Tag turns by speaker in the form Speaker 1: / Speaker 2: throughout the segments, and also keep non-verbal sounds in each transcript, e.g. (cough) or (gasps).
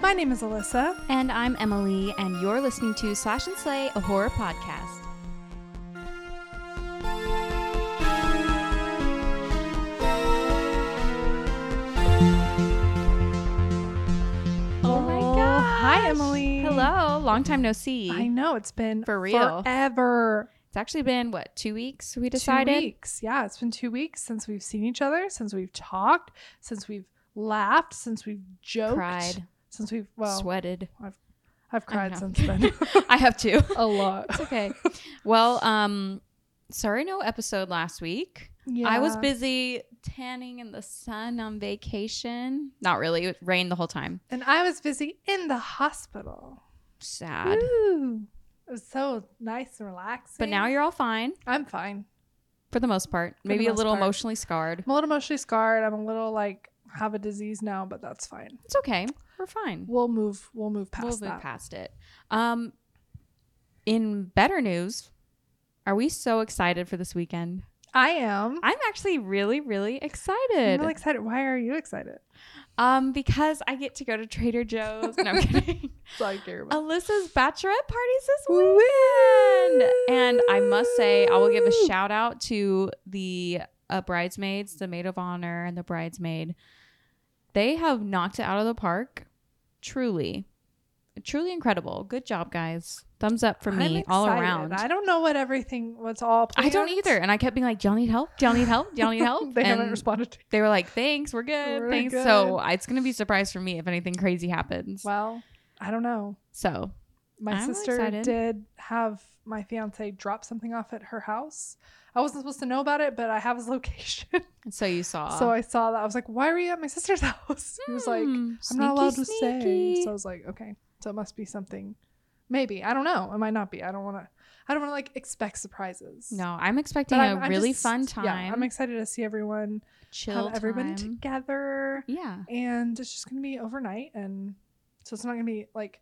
Speaker 1: My name is Alyssa.
Speaker 2: And I'm Emily, and you're listening to Slash and Slay, a horror podcast. Oh my
Speaker 1: Oh, Hi,
Speaker 2: gosh.
Speaker 1: Emily.
Speaker 2: Hello, long time no see.
Speaker 1: I know it's been
Speaker 2: For real.
Speaker 1: forever.
Speaker 2: It's actually been what two weeks? We
Speaker 1: Two
Speaker 2: decided.
Speaker 1: weeks. Yeah, it's been two weeks since we've seen each other, since we've talked, since we've laughed, since we've joked,
Speaker 2: Cried,
Speaker 1: since we've well,
Speaker 2: (laughs) sweated.
Speaker 1: I've
Speaker 2: I
Speaker 1: cried
Speaker 2: know.
Speaker 1: since
Speaker 2: (laughs)
Speaker 1: then
Speaker 2: I have two.
Speaker 1: a lot.
Speaker 2: It's okay. well, um, sorry, no episode last week.
Speaker 1: Yeah.
Speaker 2: I was busy tanning in the sun on vacation. Not really. It rained the whole time.
Speaker 1: (laughs) and I was busy in the hospital.
Speaker 2: Sad.
Speaker 1: Ooh. It was so nice and relaxing.
Speaker 2: But now you're all fine
Speaker 1: I'm fine.
Speaker 2: for the most part.
Speaker 1: the
Speaker 2: Maybe a
Speaker 1: most
Speaker 2: little
Speaker 1: part.
Speaker 2: emotionally scarred.
Speaker 1: I'm a little emotionally scarred. I'm a little like have a disease now, but that's fine.
Speaker 2: It's okay. We're fine.
Speaker 1: We'll move. We'll move past
Speaker 2: We'll move
Speaker 1: that.
Speaker 2: past it. Um, in better news, are we so excited for this weekend?
Speaker 1: I am.
Speaker 2: I'm actually really, really
Speaker 1: I'm
Speaker 2: excited.
Speaker 1: really excited. Why are you excited?
Speaker 2: um, because I get to go to Trader Joe's.
Speaker 1: (laughs)
Speaker 2: No, I'm kidding.
Speaker 1: That's all I care
Speaker 2: Oh,
Speaker 1: about.
Speaker 2: Alyssa's bachelorette parties this weekend. And I must say, I will give a shout out to the uh, bridesmaids, the maid of honor, and the bridesmaid. They have knocked it out of the park. Truly, truly incredible. Good job, guys. Thumbs up for me
Speaker 1: I'm
Speaker 2: all
Speaker 1: excited.
Speaker 2: around.
Speaker 1: I don't know what everything. What's all.
Speaker 2: I don't
Speaker 1: planned.
Speaker 2: either.
Speaker 1: (laughs)
Speaker 2: And I kept being like, "Do y'all need help? Do y'all need help? Do y'all need help?"
Speaker 1: they haven't
Speaker 2: And
Speaker 1: responded. to
Speaker 2: They were like, "Thanks, we're good.
Speaker 1: We're
Speaker 2: Thanks."
Speaker 1: good.
Speaker 2: So it's gonna be a surprise for me if anything crazy happens.
Speaker 1: Well, I don't know.
Speaker 2: So
Speaker 1: My
Speaker 2: I'm
Speaker 1: sister
Speaker 2: excited.
Speaker 1: did have my fiance drop something off at her house. I wasn't supposed to know about it, but I have his (laughs) location.
Speaker 2: so you saw.
Speaker 1: so I saw that. I was like, "Why were you at my sister's (laughs) house?" He was like,
Speaker 2: Hmm,
Speaker 1: I'm not allowed
Speaker 2: sneaky,
Speaker 1: to say.
Speaker 2: sneaky.
Speaker 1: So I was like, okay, so it must be something. Maybe I don't know. It might not be. I don't want to. I don't want to like expect surprises.
Speaker 2: no, I'm
Speaker 1: But
Speaker 2: expecting
Speaker 1: I'm-
Speaker 2: a
Speaker 1: I'm
Speaker 2: really
Speaker 1: just-
Speaker 2: fun
Speaker 1: Yeah,
Speaker 2: time.
Speaker 1: I'm excited to see everyone,
Speaker 2: chill
Speaker 1: have everybody
Speaker 2: time.
Speaker 1: together,
Speaker 2: Yeah,
Speaker 1: and it's just gonna be overnight, and so it's not gonna be like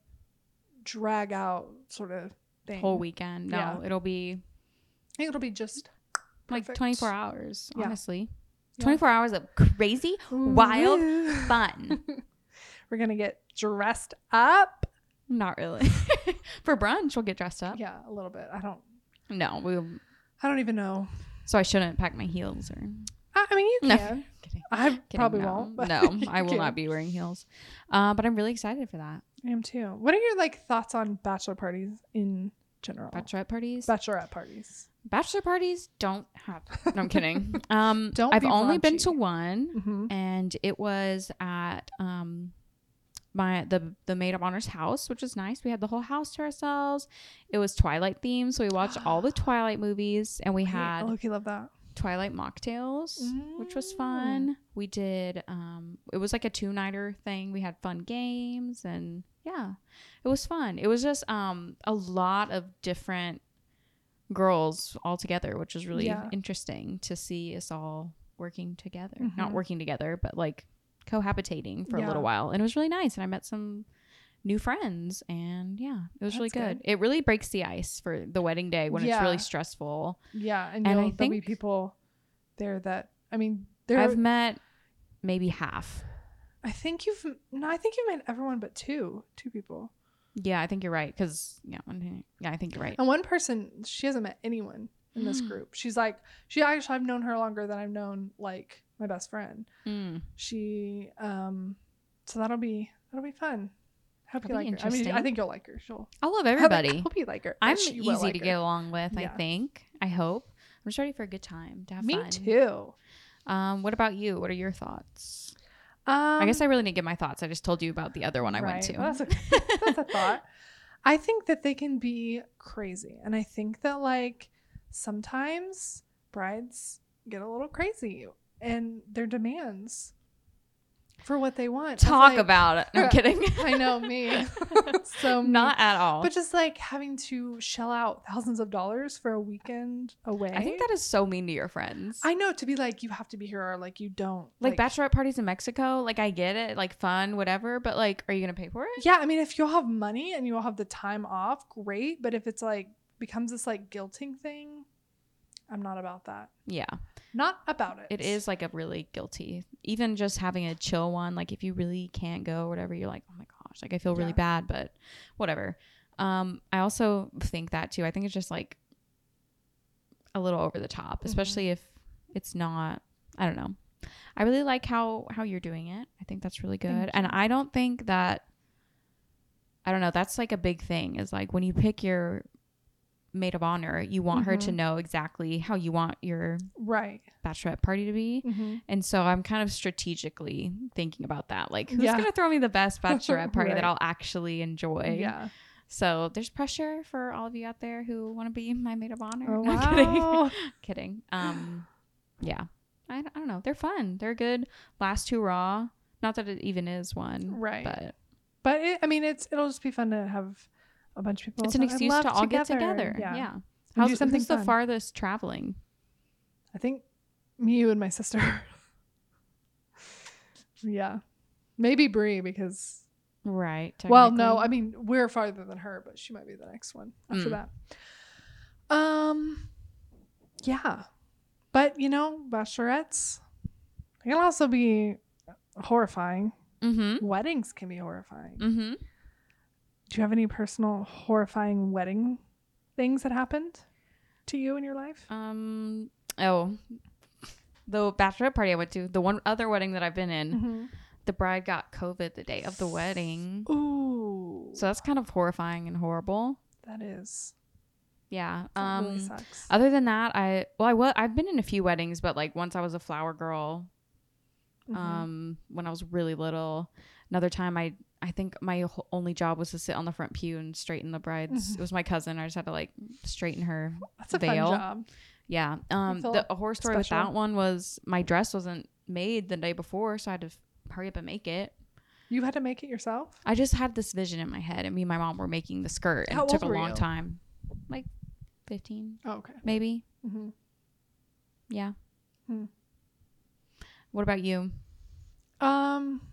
Speaker 1: drag out sort of thing.
Speaker 2: whole weekend. No,
Speaker 1: Yeah.
Speaker 2: it'll be
Speaker 1: I think it'll be just
Speaker 2: like
Speaker 1: Perfect.
Speaker 2: 24 hours.
Speaker 1: Yeah.
Speaker 2: Honestly,
Speaker 1: Yeah.
Speaker 2: 24 hours of crazy Wild fun.
Speaker 1: (laughs) We're gonna get dressed up.
Speaker 2: not really. (laughs) For brunch, we'll get dressed up.
Speaker 1: Yeah, a little bit. I don't.
Speaker 2: No, we.
Speaker 1: I don't even know.
Speaker 2: So I shouldn't pack my heels or.
Speaker 1: I, I mean, you
Speaker 2: No.
Speaker 1: can.
Speaker 2: (laughs) Kidding.
Speaker 1: I
Speaker 2: Kidding,
Speaker 1: probably
Speaker 2: no.
Speaker 1: won't. but (laughs)
Speaker 2: no,
Speaker 1: you
Speaker 2: I will
Speaker 1: can.
Speaker 2: not be wearing heels. Uh, but I'm really excited for that.
Speaker 1: I am too. What are your like thoughts on bachelor parties in general?
Speaker 2: Bachelorette parties.
Speaker 1: Bachelorette parties.
Speaker 2: Bachelor parties don't happen. No,
Speaker 1: (laughs)
Speaker 2: I'm kidding. Um,
Speaker 1: Don't
Speaker 2: I've
Speaker 1: be
Speaker 2: only been
Speaker 1: raunchy.
Speaker 2: to one.
Speaker 1: Mm-hmm.
Speaker 2: and it was at um my the the maid of honor's house which was nice we had the whole house to ourselves it was twilight themed so we watched all the twilight movies and we had
Speaker 1: Loki Oh, love that.
Speaker 2: twilight mocktails which was
Speaker 1: Oh.
Speaker 2: fun we did um it was like a two-nighter thing we had fun games and yeah it was fun it was just um a lot of different girls all together which was really
Speaker 1: Yeah.
Speaker 2: interesting to see us all working together not
Speaker 1: Mhm.
Speaker 2: working together but like cohabitating for a
Speaker 1: Yeah.
Speaker 2: little while and it was really nice and i met some new friends and yeah it was really
Speaker 1: That's
Speaker 2: good.
Speaker 1: good.
Speaker 2: it really breaks the ice for the wedding day when it's
Speaker 1: Yeah.
Speaker 2: really stressful
Speaker 1: Yeah, and,
Speaker 2: And I
Speaker 1: you'll, there'll be
Speaker 2: think-
Speaker 1: people there that I mean, there.
Speaker 2: I've met maybe half.
Speaker 1: I think you've no, I think you met everyone but two, two people,
Speaker 2: Yeah, I think you're right. Because yeah, one- yeah, I think you're right.
Speaker 1: and one person she hasn't met anyone in
Speaker 2: (gasps)
Speaker 1: this
Speaker 2: Mm.
Speaker 1: group. She's like, she actually I've known her longer than I've known like my best friend.
Speaker 2: Mm.
Speaker 1: She, um, so that'll be that'll be fun. Hope
Speaker 2: That'll
Speaker 1: you
Speaker 2: be
Speaker 1: like her. I mean, I
Speaker 2: interesting.
Speaker 1: think you'll like her. She'll
Speaker 2: I love
Speaker 1: I hope-
Speaker 2: everybody.
Speaker 1: I (laughs) hope you like her. I
Speaker 2: I'm
Speaker 1: bet you
Speaker 2: easy
Speaker 1: will like
Speaker 2: to
Speaker 1: her.
Speaker 2: get along with.
Speaker 1: Yeah.
Speaker 2: I think. I hope. I'm just ready for a good time to have
Speaker 1: Me
Speaker 2: fun.
Speaker 1: too.
Speaker 2: Um, what about you? What are your thoughts?
Speaker 1: Um,
Speaker 2: I guess I really didn't get my thoughts. I just told you about the other one I went to.
Speaker 1: Well,
Speaker 2: (laughs)
Speaker 1: that's, a, that's a thought. (laughs) I think that they can be crazy, and I think that like sometimes brides get a little crazy and their demands for what they want. It's
Speaker 2: Talk
Speaker 1: like-
Speaker 2: about it. No, I'm kidding.
Speaker 1: (laughs) I know
Speaker 2: (laughs)
Speaker 1: me. (laughs) so me.
Speaker 2: Not at all.
Speaker 1: Um, But just like having to shell out thousands of dollars for a weekend away.
Speaker 2: I think that is so mean to your friends.
Speaker 1: I know to be like you have to be here or like you don't
Speaker 2: like, bachelorette parties in Mexico. Like I get it. Like fun, whatever. But like, are you gonna pay for it?
Speaker 1: Yeah, I mean, if you'll have money and you'll have the time off, great. But if it's like becomes this like guilting thing, I'm not about that.
Speaker 2: Yeah.
Speaker 1: Not about it.
Speaker 2: It is like a really guilty. Even just having a chill one, like if you really can't go, or whatever, you're like, oh my gosh, gosh, like I feel really
Speaker 1: Yeah.
Speaker 2: bad, but whatever. Um, I also think that too. I think it's just like a little over the top,
Speaker 1: Mhm.
Speaker 2: especially if it's not. I don't know. I really like how how you're doing it. I think that's really
Speaker 1: Thank
Speaker 2: good, and
Speaker 1: you.
Speaker 2: I don't think that. I don't know. That's like a big thing. Is like when you pick your maid of honor, you want her to
Speaker 1: Mhm.
Speaker 2: know exactly how you want your
Speaker 1: Right.
Speaker 2: bachelorette party to be.
Speaker 1: Mm-hmm.
Speaker 2: And so I'm kind of strategically thinking about that. Like, who's
Speaker 1: Yeah.
Speaker 2: going to throw me the
Speaker 1: (laughs)
Speaker 2: best bachelorette party
Speaker 1: Right.
Speaker 2: that I'll actually enjoy?
Speaker 1: Yeah.
Speaker 2: So there's pressure for all of you out there who want to be my maid of honor.
Speaker 1: Oh,
Speaker 2: (laughs) (laughs) I'm kidding.
Speaker 1: wow.
Speaker 2: kidding. Um, yeah. I, I don't know. They're fun. They're good. Last two raw. Not that it even is one.
Speaker 1: Right.
Speaker 2: But
Speaker 1: But it, I mean, it's it'll just be fun to have a bunch of people.
Speaker 2: it's an
Speaker 1: that I
Speaker 2: excuse
Speaker 1: love
Speaker 2: to all get together. Yeah.
Speaker 1: Yeah. do
Speaker 2: How's,
Speaker 1: something
Speaker 2: who's the
Speaker 1: fun.
Speaker 2: farthest traveling?
Speaker 1: I think me, you, and my sister. (laughs) yeah. Maybe Brie because
Speaker 2: Right.
Speaker 1: well, no,
Speaker 2: technically.
Speaker 1: I mean we're farther than her, but she might be the next one after
Speaker 2: Mm.
Speaker 1: that. Um, yeah, but you know, bachelorettes they can also be horrifying. Mm-hmm.
Speaker 2: Mhm.
Speaker 1: Weddings can be horrifying.
Speaker 2: Mhm.
Speaker 1: Do you have any personal horrifying wedding things that happened to you in your life?
Speaker 2: Um. Oh, the bachelorette party I went to, the one other wedding that I've been
Speaker 1: Mm-hmm.
Speaker 2: in, the bride got COVID the day of the wedding.
Speaker 1: Ooh,
Speaker 2: So that's kind of horrifying and horrible.
Speaker 1: that is
Speaker 2: Yeah.
Speaker 1: that really
Speaker 2: Um.
Speaker 1: sucks.
Speaker 2: Other than that, I well, I was I've been in a few weddings, but like once I was a flower girl.
Speaker 1: Mhm.
Speaker 2: Um. When I was really little, another time I I think my wh- only job was to sit on the front pew and straighten the bride's.
Speaker 1: Mhm.
Speaker 2: It was my cousin. I just had to like straighten her
Speaker 1: that's a
Speaker 2: veil.
Speaker 1: fun job.
Speaker 2: Yeah. Um.
Speaker 1: all
Speaker 2: The a horror story
Speaker 1: special.
Speaker 2: with that one was my dress wasn't made the day before, so I had to f- hurry up and make it.
Speaker 1: You had to make it yourself.
Speaker 2: I just had this vision in my head, and me and my mom were making the skirt, and
Speaker 1: How
Speaker 2: it took
Speaker 1: old
Speaker 2: a
Speaker 1: were
Speaker 2: long
Speaker 1: you?
Speaker 2: time, like fifteen,
Speaker 1: Oh, okay.
Speaker 2: maybe.
Speaker 1: hmm
Speaker 2: Yeah.
Speaker 1: Hmm.
Speaker 2: What about you?
Speaker 1: Um,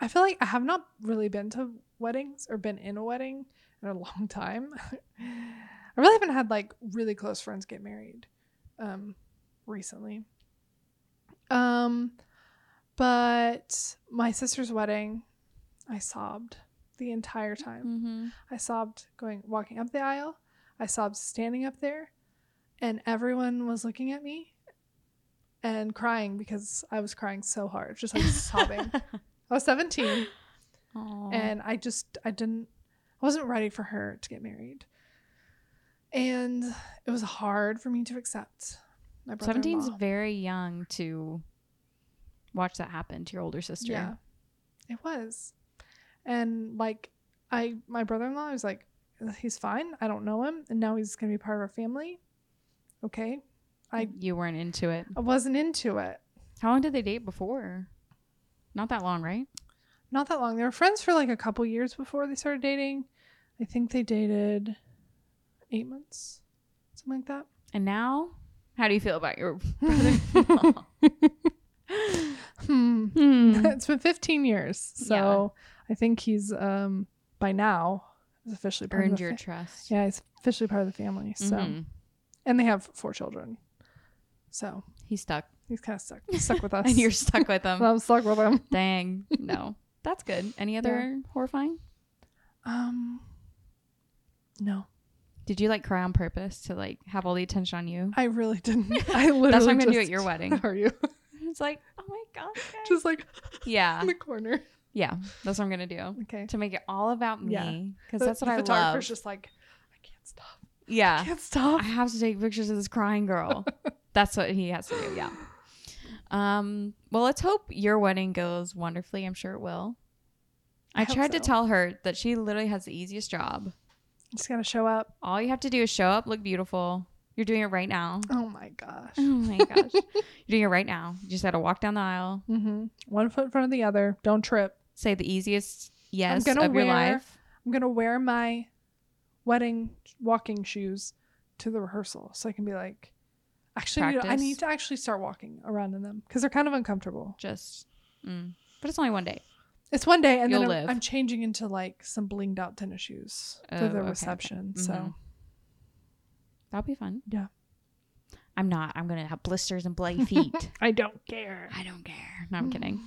Speaker 1: I feel like I have not really been to weddings or been in a wedding in a (laughs) long time. I really haven't had like really close friends get married um recently. Um but my sister's wedding, I sobbed the entire time.
Speaker 2: (laughs) Mm-hmm.
Speaker 1: I sobbed going walking up the aisle. I sobbed standing up there, and everyone was looking at me and crying because I was crying so hard, just like sobbing. I was 17 and I just I didn't I wasn't ready for her to get married. And it was hard for me to accept. My
Speaker 2: seventeen's
Speaker 1: brother-in-law.
Speaker 2: very young to watch that happen to your older sister.
Speaker 1: Yeah. It was. And like I my brother-in-law was like he's fine. I don't know him and now he's going to be part of our family. Okay. I
Speaker 2: you weren't into it.
Speaker 1: I wasn't into it.
Speaker 2: How long did they date before? Not that long, right?
Speaker 1: Not that long. They were friends for like a couple years before they started dating. I think they dated 8 months. Something like that.
Speaker 2: And now, how do you feel
Speaker 1: (laughs)
Speaker 2: about your
Speaker 1: Hmm. (laughs)
Speaker 2: Hmm.
Speaker 1: it's been 15 years. So I think he's um by now is officially part of
Speaker 2: earned
Speaker 1: the
Speaker 2: your
Speaker 1: fa-
Speaker 2: trust.
Speaker 1: Yeah, he's officially part of the family. So
Speaker 2: Mhm.
Speaker 1: and they have four children. So
Speaker 2: he's
Speaker 1: (laughs)
Speaker 2: stuck,
Speaker 1: he's kind of
Speaker 2: (laughs)
Speaker 1: stuck stuck with us. (laughs)
Speaker 2: and you're stuck with
Speaker 1: And
Speaker 2: him.
Speaker 1: I'm stuck with him.
Speaker 2: Dang,
Speaker 1: (laughs)
Speaker 2: no, that's good. Any other horrifying?
Speaker 1: Um no.
Speaker 2: Did you like cry on purpose to like have all the attention on you?
Speaker 1: I really
Speaker 2: (laughs)
Speaker 1: didn't. I literally
Speaker 2: That's what I'm gonna do at
Speaker 1: just- (laughs)
Speaker 2: your wedding.
Speaker 1: Are you
Speaker 2: It's like, oh my god,
Speaker 1: (laughs)
Speaker 2: guys.
Speaker 1: just like
Speaker 2: yeah,
Speaker 1: in the corner?
Speaker 2: yeah. That's what I'm gonna do
Speaker 1: Okay.
Speaker 2: to make it all about
Speaker 1: Yeah.
Speaker 2: me because
Speaker 1: The-
Speaker 2: that's what
Speaker 1: the
Speaker 2: I love.
Speaker 1: photographer's just like I can't stop. I
Speaker 2: Yeah,
Speaker 1: can't stop.
Speaker 2: I have to take pictures of this crying
Speaker 1: (laughs)
Speaker 2: girl. That's what he has to do. Yeah. Um, well, let's hope your wedding goes wonderfully. I'm sure it will. I,
Speaker 1: I hope
Speaker 2: tried to
Speaker 1: so.
Speaker 2: tell her that she literally has the easiest job.
Speaker 1: Just gotta show up.
Speaker 2: All you have to do is show up, look beautiful. You're doing it
Speaker 1: (laughs)
Speaker 2: right now.
Speaker 1: Oh my gosh.
Speaker 2: Oh my gosh. You're doing it right now. You just got to walk down the aisle,
Speaker 1: Mm-hmm. One foot in front of the other. Don't trip.
Speaker 2: say the easiest yes
Speaker 1: gonna
Speaker 2: of your
Speaker 1: wear-
Speaker 2: life.
Speaker 1: I'm gonna wear my wedding walking shoes to the rehearsal, so I can be like, actually, you know, I
Speaker 2: Practice.
Speaker 1: need to actually start walking around in them because they're kind of uncomfortable.
Speaker 2: Just, mm. but it's only one day.
Speaker 1: It's one day, and
Speaker 2: You'll
Speaker 1: then I'm,
Speaker 2: live.
Speaker 1: I'm changing into like some blinged out tennis shoes
Speaker 2: Oh,
Speaker 1: for
Speaker 2: okay,
Speaker 1: the
Speaker 2: okay.
Speaker 1: reception.
Speaker 2: Mhm.
Speaker 1: So
Speaker 2: That'll be fun.
Speaker 1: Yeah.
Speaker 2: I'm not. I'm going to have blisters and
Speaker 1: (laughs)
Speaker 2: bloody feet.
Speaker 1: I don't care. (sighs)
Speaker 2: I don't care. No, I'm kidding.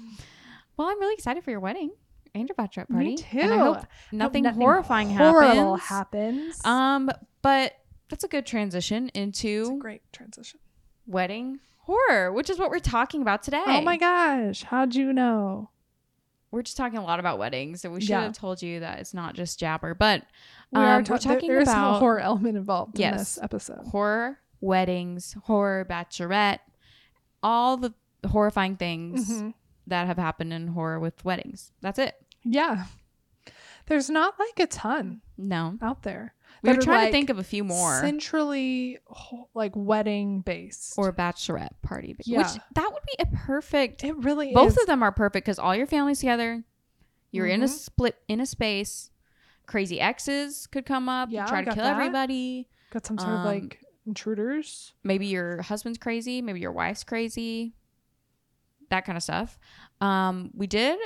Speaker 2: Well, I'm really excited for your wedding. angel bachelorette party.
Speaker 1: Me too.
Speaker 2: And I hope
Speaker 1: Hope
Speaker 2: nothing,
Speaker 1: nothing
Speaker 2: horrifying
Speaker 1: Horrible
Speaker 2: happens.
Speaker 1: happens.
Speaker 2: Um, but that's a good transition
Speaker 1: it's a
Speaker 2: into
Speaker 1: great transition.
Speaker 2: wedding horror, which is what we're talking about today.
Speaker 1: Oh my gosh, how'd you know?
Speaker 2: We're just talking a lot about weddings, so we should
Speaker 1: Yeah.
Speaker 2: have told you that it's not just Jabber, but
Speaker 1: We are
Speaker 2: Um, we're
Speaker 1: ta- there-
Speaker 2: talking
Speaker 1: there is
Speaker 2: about-
Speaker 1: a horror element involved in
Speaker 2: Yes.
Speaker 1: this episode.
Speaker 2: horror weddings, horror bachelorette, all the horrifying things
Speaker 1: Mhm.
Speaker 2: that have happened in horror with weddings. That's it.
Speaker 1: Yeah, there's not like a ton
Speaker 2: No,
Speaker 1: out there.
Speaker 2: we
Speaker 1: that
Speaker 2: were
Speaker 1: are,
Speaker 2: trying
Speaker 1: like,
Speaker 2: to think of a few more.
Speaker 1: centrally ho- like wedding based.
Speaker 2: or bachelorette party,
Speaker 1: Yeah.
Speaker 2: which that would be a perfect
Speaker 1: it really
Speaker 2: both
Speaker 1: is.
Speaker 2: of them are perfect because all your family's together you're in a
Speaker 1: Mhm.
Speaker 2: split in a space crazy exes could come up
Speaker 1: Yeah,
Speaker 2: try to
Speaker 1: got
Speaker 2: kill
Speaker 1: that.
Speaker 2: everybody
Speaker 1: got some sort
Speaker 2: um,
Speaker 1: of like intruders.
Speaker 2: maybe your husband's crazy maybe your wife's crazy that kind of stuff um, we did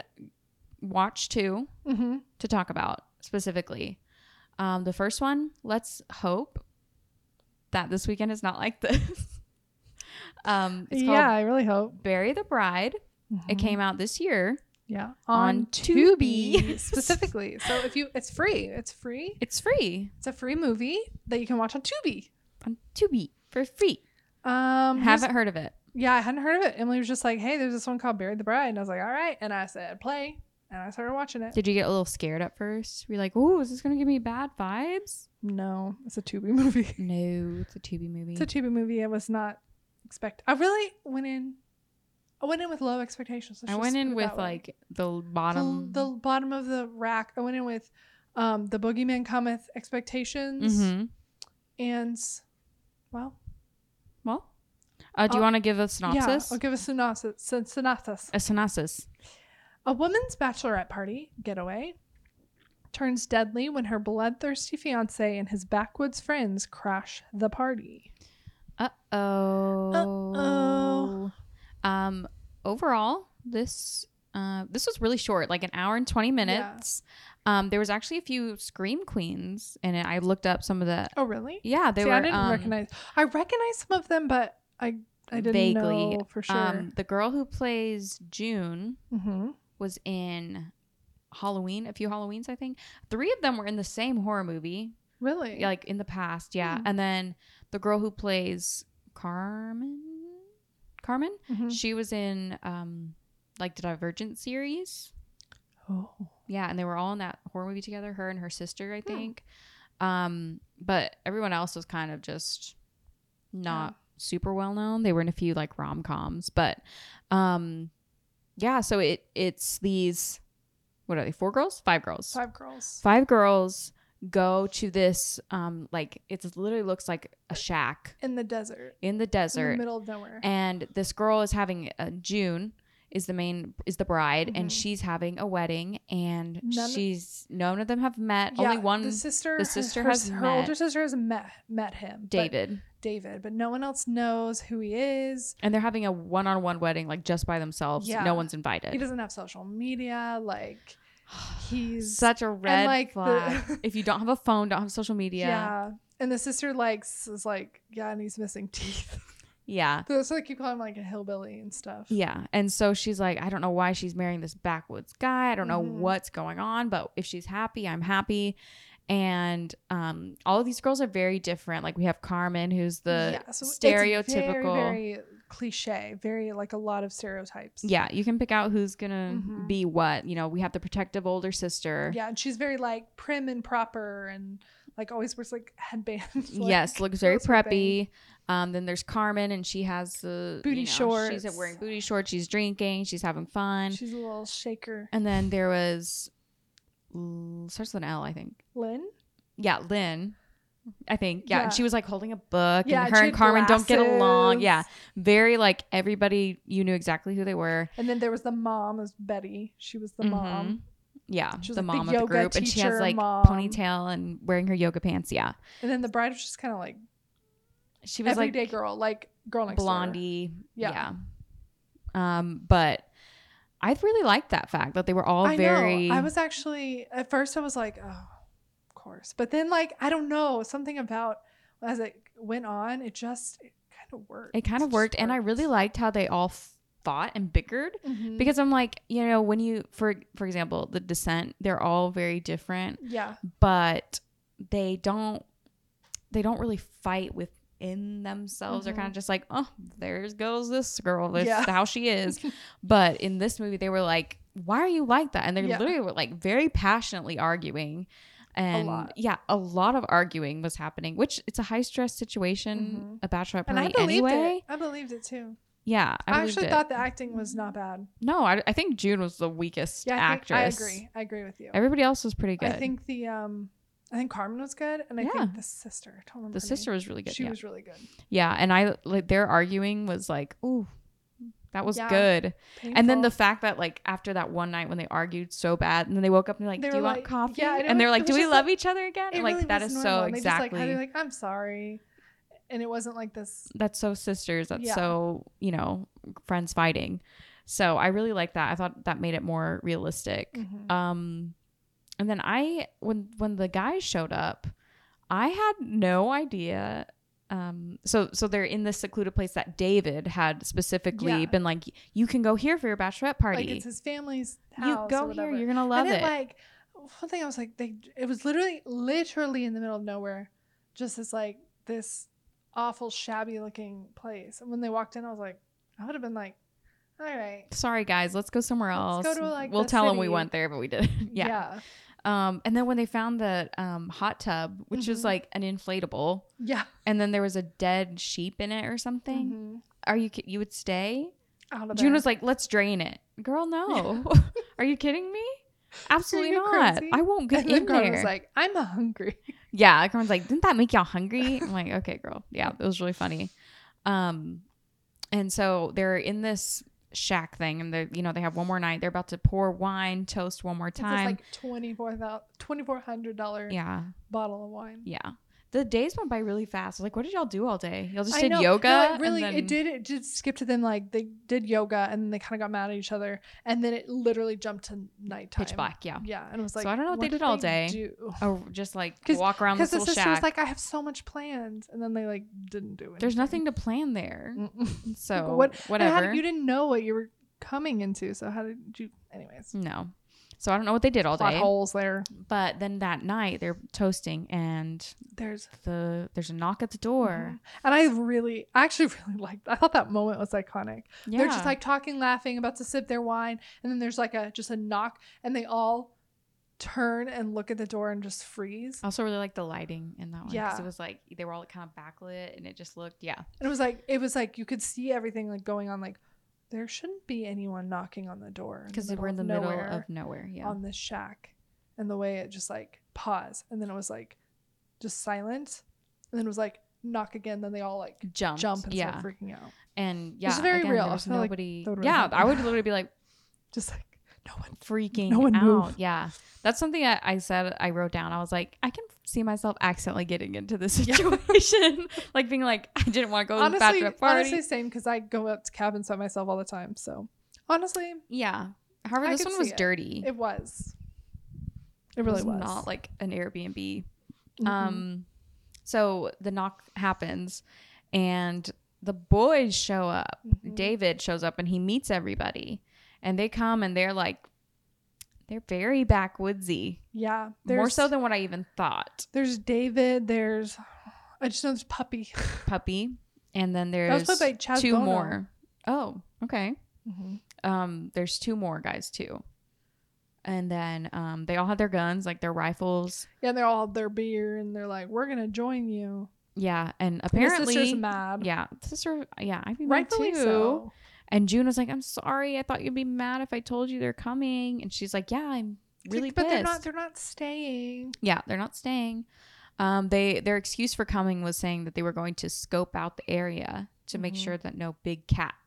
Speaker 2: watch two
Speaker 1: Mm-hmm.
Speaker 2: to talk about specifically um, the first one let's hope that this weekend is not like this (laughs) um, it's called
Speaker 1: Yeah, I really hope
Speaker 2: bury the bride it
Speaker 1: Mhm.
Speaker 2: came out this year
Speaker 1: yeah
Speaker 2: on
Speaker 1: on,
Speaker 2: Tubi.
Speaker 1: Tubi,
Speaker 2: (laughs)
Speaker 1: specifically. So if you, it's free. It's free.
Speaker 2: it's free
Speaker 1: It's a free movie that you can watch on Tubi.
Speaker 2: on Tubi for free.
Speaker 1: Um, here's-
Speaker 2: Haven't heard of it.
Speaker 1: Yeah, I hadn't heard of it. Emily was just like, "Hey, there's this one called Buried the Bride," and I was like, "All right," and I said, "Play," and I started watching it.
Speaker 2: Did you get a little scared at first? Were you like, "Oh, is this gonna give me bad vibes?"
Speaker 1: No, it's a Tubi (laughs) movie.
Speaker 2: No, it's a Tubi movie.
Speaker 1: It's a Tubi movie. I was not expect. I really went in. I went in with low expectations. let's
Speaker 2: I
Speaker 1: just
Speaker 2: went
Speaker 1: put
Speaker 2: in
Speaker 1: it
Speaker 2: with
Speaker 1: that way.
Speaker 2: like the
Speaker 1: The-
Speaker 2: bottom.
Speaker 1: the, bottom of the rack. I went in with um, the boogeyman cometh expectations
Speaker 2: hmm
Speaker 1: and well,
Speaker 2: Well, uh, do you
Speaker 1: Uh,
Speaker 2: want to give a synopsis?
Speaker 1: yeah. I'll give a synopsis. syn- Synopsis.
Speaker 2: A synopsis.
Speaker 1: A woman's bachelorette party getaway turns deadly when her bloodthirsty fiance and his backwoods friends crash the party.
Speaker 2: Uh oh. Um. Overall, this uh this was really short, like an hour and twenty minutes. Um. There was actually a few scream queens in it. I looked up some of the.
Speaker 1: Oh, really?
Speaker 2: Yeah, they
Speaker 1: See,
Speaker 2: were.
Speaker 1: I didn't
Speaker 2: um,
Speaker 1: recognize. I recognized some of them, but I I didn't
Speaker 2: Vaguely,
Speaker 1: know for sure.
Speaker 2: Um, the girl who plays June
Speaker 1: mm-hmm.
Speaker 2: was in Halloween, a few Halloweens, I think. Three of them were in the same horror movie,
Speaker 1: Really?
Speaker 2: like in the past, yeah.
Speaker 1: Hmm.
Speaker 2: And then the girl who plays Carmen, Carmen,
Speaker 1: Mhm.
Speaker 2: she was in um, like the Divergent series,
Speaker 1: Oh.
Speaker 2: yeah. And they were all in that horror movie together, her and her sister, I
Speaker 1: Hmm.
Speaker 2: think. Um, but everyone else was kind of just not super well known. They were in a few like rom coms, but um yeah, so it it's these what are they, four girls? Five girls. Five,
Speaker 1: Five girls.
Speaker 2: girls go to this um like it literally looks like a shack
Speaker 1: In the desert.
Speaker 2: in
Speaker 1: In
Speaker 2: the
Speaker 1: the
Speaker 2: desert.
Speaker 1: middle of nowhere.
Speaker 2: and this girl is having a June is the main is the bride and
Speaker 1: Mhm.
Speaker 2: she's having a wedding and
Speaker 1: None-
Speaker 2: she's none of them have met. Only one
Speaker 1: The sister.
Speaker 2: the sister
Speaker 1: her,
Speaker 2: has
Speaker 1: her
Speaker 2: met-
Speaker 1: older sister has met met him. but-
Speaker 2: David.
Speaker 1: David, but no one else knows who he is.
Speaker 2: and they're having a one-on-one wedding like just by themselves.
Speaker 1: Yeah.
Speaker 2: No one's invited.
Speaker 1: He doesn't have social media. Like he's
Speaker 2: (sighs) such a red
Speaker 1: like, the- (laughs)
Speaker 2: flag. (laughs) if you don't have a phone, don't have social media. Yeah.
Speaker 1: yeah. And the sister likes is like yeah, and he's missing (laughs) teeth.
Speaker 2: Yeah.
Speaker 1: so they keep calling him like a hillbilly and stuff.
Speaker 2: And so she's like, I don't know why she's marrying this backwoods guy. I don't know
Speaker 1: Mhm.
Speaker 2: what's going on, but if she's happy, I'm happy. And um, all of these girls are very different. Like we have Carmen, who's the
Speaker 1: Yeah, so it's
Speaker 2: stereotypical.
Speaker 1: very, very cliche, very like a lot of stereotypes.
Speaker 2: yeah, you can pick out who's gonna
Speaker 1: Mhm.
Speaker 2: be what. You know, we have the protective older sister.
Speaker 1: yeah, and she's very like prim and proper, and like always wears like headbands. (laughs) like,
Speaker 2: yes, looks very
Speaker 1: that's her thing.
Speaker 2: preppy. Um, then there's Carmen, and she has the
Speaker 1: Booty
Speaker 2: She's
Speaker 1: shorts.
Speaker 2: wearing booty shorts. She's drinking. She's having fun.
Speaker 1: She's a little shaker.
Speaker 2: and then there was L- starts with an L, I think.
Speaker 1: Lynn.
Speaker 2: Yeah, Lynn. I think. Yeah,
Speaker 1: Yeah.
Speaker 2: and she was like holding a book,
Speaker 1: Yeah,
Speaker 2: and
Speaker 1: and
Speaker 2: her
Speaker 1: she
Speaker 2: and
Speaker 1: had
Speaker 2: Carmen don't get along.
Speaker 1: glasses.
Speaker 2: Yeah, very like everybody. You knew exactly who they were.
Speaker 1: And then there was the mom, is Betty. She was the mom.
Speaker 2: Mhm. Yeah,
Speaker 1: She was,
Speaker 2: the
Speaker 1: like,
Speaker 2: mom
Speaker 1: the
Speaker 2: of the
Speaker 1: yoga
Speaker 2: group, and she has
Speaker 1: teacher
Speaker 2: like
Speaker 1: mom.
Speaker 2: ponytail and wearing her yoga pants. Yeah,
Speaker 1: And then the bride was just kind of like
Speaker 2: she was like
Speaker 1: everyday girl, like girl next door.
Speaker 2: blondie. Yeah.
Speaker 1: Yeah.
Speaker 2: Um, but I really liked that fact that they were all
Speaker 1: I
Speaker 2: very.
Speaker 1: know. I was actually at first I was like, oh, of course. But then like I don't know something about as it went on, it just it kind of worked.
Speaker 2: It kind
Speaker 1: It
Speaker 2: of
Speaker 1: just
Speaker 2: worked, and I really liked how they all f- fought and bickered
Speaker 1: Mm-hmm.
Speaker 2: because I'm like, you know, when you for for example, the descent, they're all very different,
Speaker 1: yeah,
Speaker 2: but they don't they don't really fight within themselves. They're
Speaker 1: Mhm.
Speaker 2: kind of just like, oh, there goes this girl. That's
Speaker 1: Yeah.
Speaker 2: how
Speaker 1: (laughs)
Speaker 2: she is. but in this movie, they were like, why are you like that? And they
Speaker 1: Yeah.
Speaker 2: literally were like very passionately arguing. And
Speaker 1: lot.
Speaker 2: yeah, a lot of arguing was happening, which it's a high stress situation, a bachelorette
Speaker 1: Mm-hmm. and I
Speaker 2: party
Speaker 1: believed
Speaker 2: anyway.
Speaker 1: it. I believed it too.
Speaker 2: Yeah,
Speaker 1: I,
Speaker 2: believed
Speaker 1: actually
Speaker 2: it.
Speaker 1: thought the acting was not bad.
Speaker 2: No, I, I think June was the weakest
Speaker 1: Yeah, I, think- I
Speaker 2: actress.
Speaker 1: agree. I agree with you.
Speaker 2: Everybody else was pretty good.
Speaker 1: I think the um, I think Carmen was good, and I
Speaker 2: Yeah.
Speaker 1: think the sister. I don't remember
Speaker 2: the
Speaker 1: her
Speaker 2: sister
Speaker 1: name.
Speaker 2: was really good.
Speaker 1: She
Speaker 2: yeah.
Speaker 1: was really good.
Speaker 2: yeah, and I like their arguing was like, ooh, that was
Speaker 1: Yeah.
Speaker 2: good.
Speaker 1: Painful.
Speaker 2: And then the fact that like after that one night when they argued so bad, and then they woke up and they're like,
Speaker 1: They
Speaker 2: do you
Speaker 1: were
Speaker 2: want
Speaker 1: like-
Speaker 2: coffee?
Speaker 1: yeah, I know,
Speaker 2: and they're
Speaker 1: it
Speaker 2: like, do
Speaker 1: was
Speaker 2: we
Speaker 1: just,
Speaker 2: love each other again?
Speaker 1: it
Speaker 2: And, like
Speaker 1: really
Speaker 2: that
Speaker 1: was
Speaker 2: is so
Speaker 1: normal, and they just,
Speaker 2: exactly.
Speaker 1: like, how they like I'm sorry, and it wasn't like this.
Speaker 2: that's so sisters. That's
Speaker 1: Yeah.
Speaker 2: so you know friends fighting. So I really like that. I thought that made it more realistic.
Speaker 1: Mhm.
Speaker 2: Um, and then I when when the guy showed up, I had no idea. Um, so so they're in this secluded place that David had specifically
Speaker 1: Yeah.
Speaker 2: been like, you can go here for your bachelorette
Speaker 1: Like
Speaker 2: party.
Speaker 1: it's his family's
Speaker 2: you
Speaker 1: house. or
Speaker 2: go
Speaker 1: whatever.
Speaker 2: here, you're gonna love
Speaker 1: and then,
Speaker 2: it.
Speaker 1: Like one thing, I was like, they. It was literally, literally in the middle of nowhere, just as like this awful, shabby looking place. And when they walked in, I was like, I would have been like, all right,
Speaker 2: Sorry guys, let's go somewhere else.
Speaker 1: Let's go to, like,
Speaker 2: we'll
Speaker 1: the
Speaker 2: tell them we
Speaker 1: city."
Speaker 2: went there, but we didn't. (laughs) yeah.
Speaker 1: yeah,
Speaker 2: Um, and then when they found the um, hot tub, which was
Speaker 1: Mhm.
Speaker 2: like an inflatable,
Speaker 1: yeah.
Speaker 2: and then there was a dead sheep in it or
Speaker 1: Mhm.
Speaker 2: something. Are you ki- you would stay?
Speaker 1: Out of
Speaker 2: June
Speaker 1: there.
Speaker 2: was like, "Let's drain it, girl." No, (laughs) are you kidding me? Absolutely
Speaker 1: you
Speaker 2: not.
Speaker 1: crazy?
Speaker 2: I won't get
Speaker 1: and
Speaker 2: in
Speaker 1: then Carmen
Speaker 2: there.
Speaker 1: was like, I'm hungry. (laughs)
Speaker 2: yeah, everyone's like, "Didn't that make y'all hungry?" I'm like, "Okay, girl." Yeah, it was really funny. Um, and so they're in this shack thing, and they you know they have one more night. They're about to pour wine, toast one more
Speaker 1: It's this,
Speaker 2: time.
Speaker 1: like twenty four thousand, twenty four hundred dollar
Speaker 2: yeah,
Speaker 1: bottle of wine.
Speaker 2: yeah. The days went by really fast. I was like, what did y'all do all day? Y'all just
Speaker 1: I
Speaker 2: did
Speaker 1: know.
Speaker 2: yoga.
Speaker 1: No, it
Speaker 2: and
Speaker 1: really,
Speaker 2: then-
Speaker 1: it did. It did skip to them like they did yoga, and then they kind of got mad at each other, and then it literally jumped to nighttime.
Speaker 2: pitch black.
Speaker 1: (laughs)
Speaker 2: Yeah.
Speaker 1: Yeah, and it was
Speaker 2: So
Speaker 1: like,
Speaker 2: I don't know what they did all day. Or just like walk around
Speaker 1: Because
Speaker 2: this
Speaker 1: the
Speaker 2: little
Speaker 1: sister
Speaker 2: shack.
Speaker 1: was like, I have so much planned, and then they like didn't do it.
Speaker 2: There's nothing to plan there.
Speaker 1: (laughs)
Speaker 2: So
Speaker 1: Mm. what-
Speaker 2: whatever.
Speaker 1: you didn't know what you were coming into, so how did you? Anyways,
Speaker 2: no. So I don't know what they did all
Speaker 1: plot
Speaker 2: day.
Speaker 1: holes there.
Speaker 2: But then that night they're toasting and
Speaker 1: There's
Speaker 2: the there's a knock at the door.
Speaker 1: and I really, I actually (laughs) really liked. I thought that moment was iconic.
Speaker 2: Yeah.
Speaker 1: They're just like talking, laughing, about to sip their wine, and then there's like a just a knock, and they all turn and look at the door and just freeze.
Speaker 2: I also really like the lighting in that one because
Speaker 1: Yeah.
Speaker 2: it was like they were all kind of backlit and it just looked yeah.
Speaker 1: And it was like it was like you could see everything like going on. Like there shouldn't be anyone knocking on the door
Speaker 2: Because they were in the
Speaker 1: of
Speaker 2: middle
Speaker 1: nowhere.
Speaker 2: of nowhere. Yeah.
Speaker 1: on this shack and the way it just like paused and then it was like just silent and then it was like knock again then they all like
Speaker 2: Jump.
Speaker 1: jump and
Speaker 2: yeah.
Speaker 1: start freaking out
Speaker 2: And yeah.
Speaker 1: is very
Speaker 2: again,
Speaker 1: real.
Speaker 2: there
Speaker 1: I
Speaker 2: was
Speaker 1: feel like
Speaker 2: nobody
Speaker 1: that would really
Speaker 2: Yeah,
Speaker 1: happen.
Speaker 2: I would literally be like
Speaker 1: just like (laughs) no one
Speaker 2: freaking
Speaker 1: (laughs) No one
Speaker 2: out.
Speaker 1: move.
Speaker 2: Yeah. That's something I, I said I wrote down. I was like, I can see myself accidentally getting into this
Speaker 1: Yeah.
Speaker 2: situation. (laughs) like being like, I didn't want to go to the
Speaker 1: honestly
Speaker 2: bachelor party.
Speaker 1: honestly same because i go up to cabins by myself all the time so honestly
Speaker 2: yeah. However,
Speaker 1: I
Speaker 2: this
Speaker 1: could
Speaker 2: one was
Speaker 1: see it.
Speaker 2: dirty.
Speaker 1: it was it really was,
Speaker 2: not like an Airbnb.
Speaker 1: Mhm.
Speaker 2: Um so the knock happens and the boys show up.
Speaker 1: Mhm.
Speaker 2: David shows up and he meets everybody. And they come and they're like they're very backwoodsy.
Speaker 1: yeah
Speaker 2: More
Speaker 1: there's-
Speaker 2: so than what I even thought.
Speaker 1: there's david there's i just know there's puppy (laughs)
Speaker 2: puppy, and then
Speaker 1: that was
Speaker 2: there's
Speaker 1: played by Chaz
Speaker 2: two
Speaker 1: Bono.
Speaker 2: more. Oh, okay.
Speaker 1: Mhm.
Speaker 2: Um, there's two more guys too, and then um, they all had their guns, like their rifles.
Speaker 1: yeah and they're all their beer and they're like we're gonna join you
Speaker 2: Yeah,
Speaker 1: And
Speaker 2: and
Speaker 1: the
Speaker 2: apparently,
Speaker 1: sister's mad
Speaker 2: yeah, sister, yeah, I'd be mad
Speaker 1: rightfully
Speaker 2: too.
Speaker 1: so
Speaker 2: And June was like, "I'm sorry, I thought you'd be mad if I told you they're coming," and she's like, "Yeah, I'm
Speaker 1: It's like,
Speaker 2: really
Speaker 1: but
Speaker 2: pissed."
Speaker 1: they're not they're not staying
Speaker 2: yeah, they're not staying. Um, they their excuse for coming was saying that they were going to scope out the area to make
Speaker 1: Mhm.
Speaker 2: sure that no big cats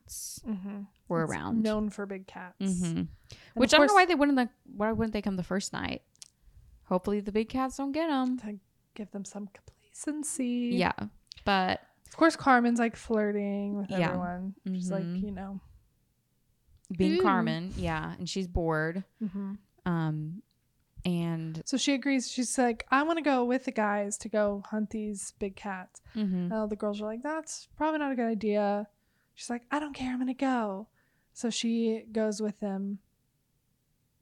Speaker 2: Mm-hmm. were
Speaker 1: It's
Speaker 2: around.
Speaker 1: known for big cats
Speaker 2: hmm
Speaker 1: And
Speaker 2: Which
Speaker 1: of
Speaker 2: I don't know
Speaker 1: course-
Speaker 2: why they wouldn't. Like, why wouldn't they come the first night? Hopefully the big cats don't get them.
Speaker 1: give them some complacency
Speaker 2: Yeah, but
Speaker 1: of course carmen's like flirting with
Speaker 2: Yeah.
Speaker 1: everyone she's like
Speaker 2: Mhm.
Speaker 1: you know
Speaker 2: being
Speaker 1: Ooh.
Speaker 2: Carmen, yeah, and she's bored.
Speaker 1: Mm-hmm.
Speaker 2: Um, and
Speaker 1: so she agrees she's like i want to go with the guys to go hunt these big cats
Speaker 2: mhm.
Speaker 1: and all the girls are like that's probably not a good idea she's like i don't care i'm gonna go So she goes with them.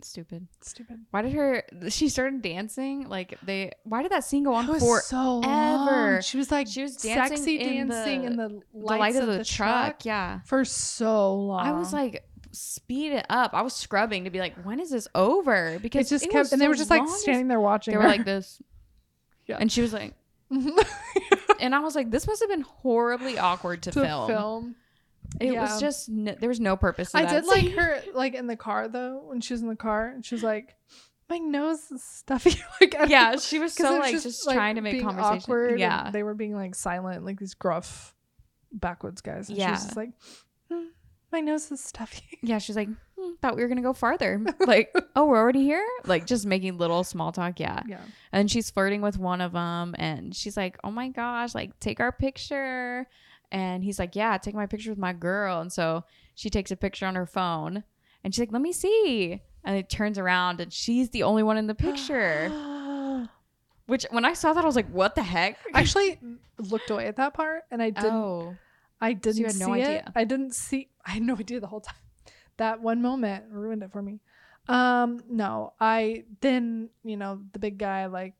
Speaker 2: Stupid.
Speaker 1: Stupid.
Speaker 2: Why did her? She started dancing. Like they. Why did that scene go on
Speaker 1: That was
Speaker 2: for
Speaker 1: so
Speaker 2: forever.
Speaker 1: long. She was like
Speaker 2: She was dancing
Speaker 1: sexy
Speaker 2: in
Speaker 1: dancing
Speaker 2: the-
Speaker 1: in the
Speaker 2: the
Speaker 1: lights
Speaker 2: light of the,
Speaker 1: truck,
Speaker 2: truck? Yeah.
Speaker 1: for so long.
Speaker 2: I was like, speed it up. I was scrubbing to be like, when is this over? Because
Speaker 1: it just
Speaker 2: it was
Speaker 1: kept, and they
Speaker 2: so
Speaker 1: were just like
Speaker 2: long as-
Speaker 1: standing there watching.
Speaker 2: They were
Speaker 1: her.
Speaker 2: like this.
Speaker 1: (laughs) Yeah.
Speaker 2: And she was like,
Speaker 1: (laughs)
Speaker 2: and I was like, this must have been horribly awkward to,
Speaker 1: to
Speaker 2: film.
Speaker 1: film.
Speaker 2: It
Speaker 1: Yeah.
Speaker 2: was just n there was no purpose. To
Speaker 1: I
Speaker 2: that
Speaker 1: did like
Speaker 2: (laughs) scene.
Speaker 1: her like in the car though when she was in the car and she was like, my nose is stuffy. (laughs) like I don't
Speaker 2: (laughs) Yeah,
Speaker 1: know. (laughs)
Speaker 2: she was
Speaker 1: 'Cause
Speaker 2: so
Speaker 1: it was
Speaker 2: like just,
Speaker 1: like,
Speaker 2: trying to make
Speaker 1: being
Speaker 2: conversation.
Speaker 1: awkward and
Speaker 2: yeah,
Speaker 1: they were being like silent, like these gruff backwoods guys. And she
Speaker 2: Yeah.
Speaker 1: was just like, "Hmm, my nose is stuffy.
Speaker 2: yeah. She's like, "Hmm, thought we were gonna
Speaker 1: (laughs)
Speaker 2: go farther. like, oh, we're already here. Like, just making little small talk. Yeah,
Speaker 1: yeah.
Speaker 2: and she's flirting with one of them, and she's like, oh my gosh, like take our picture. And he's like, yeah, take my picture with my girl. And so she takes a picture on her phone, and she's like, let me see. And it turns around, and she's the only one
Speaker 1: (gasps)
Speaker 2: in the picture. Which, when I saw that, I was like, what the heck?
Speaker 1: I actually looked away at that part and I didn't
Speaker 2: oh,
Speaker 1: I didn't
Speaker 2: had
Speaker 1: see
Speaker 2: no
Speaker 1: it.
Speaker 2: idea.
Speaker 1: I didn't see. (laughs) I had no idea the whole time. That one moment ruined it for me. Um, no, I then you know the big guy like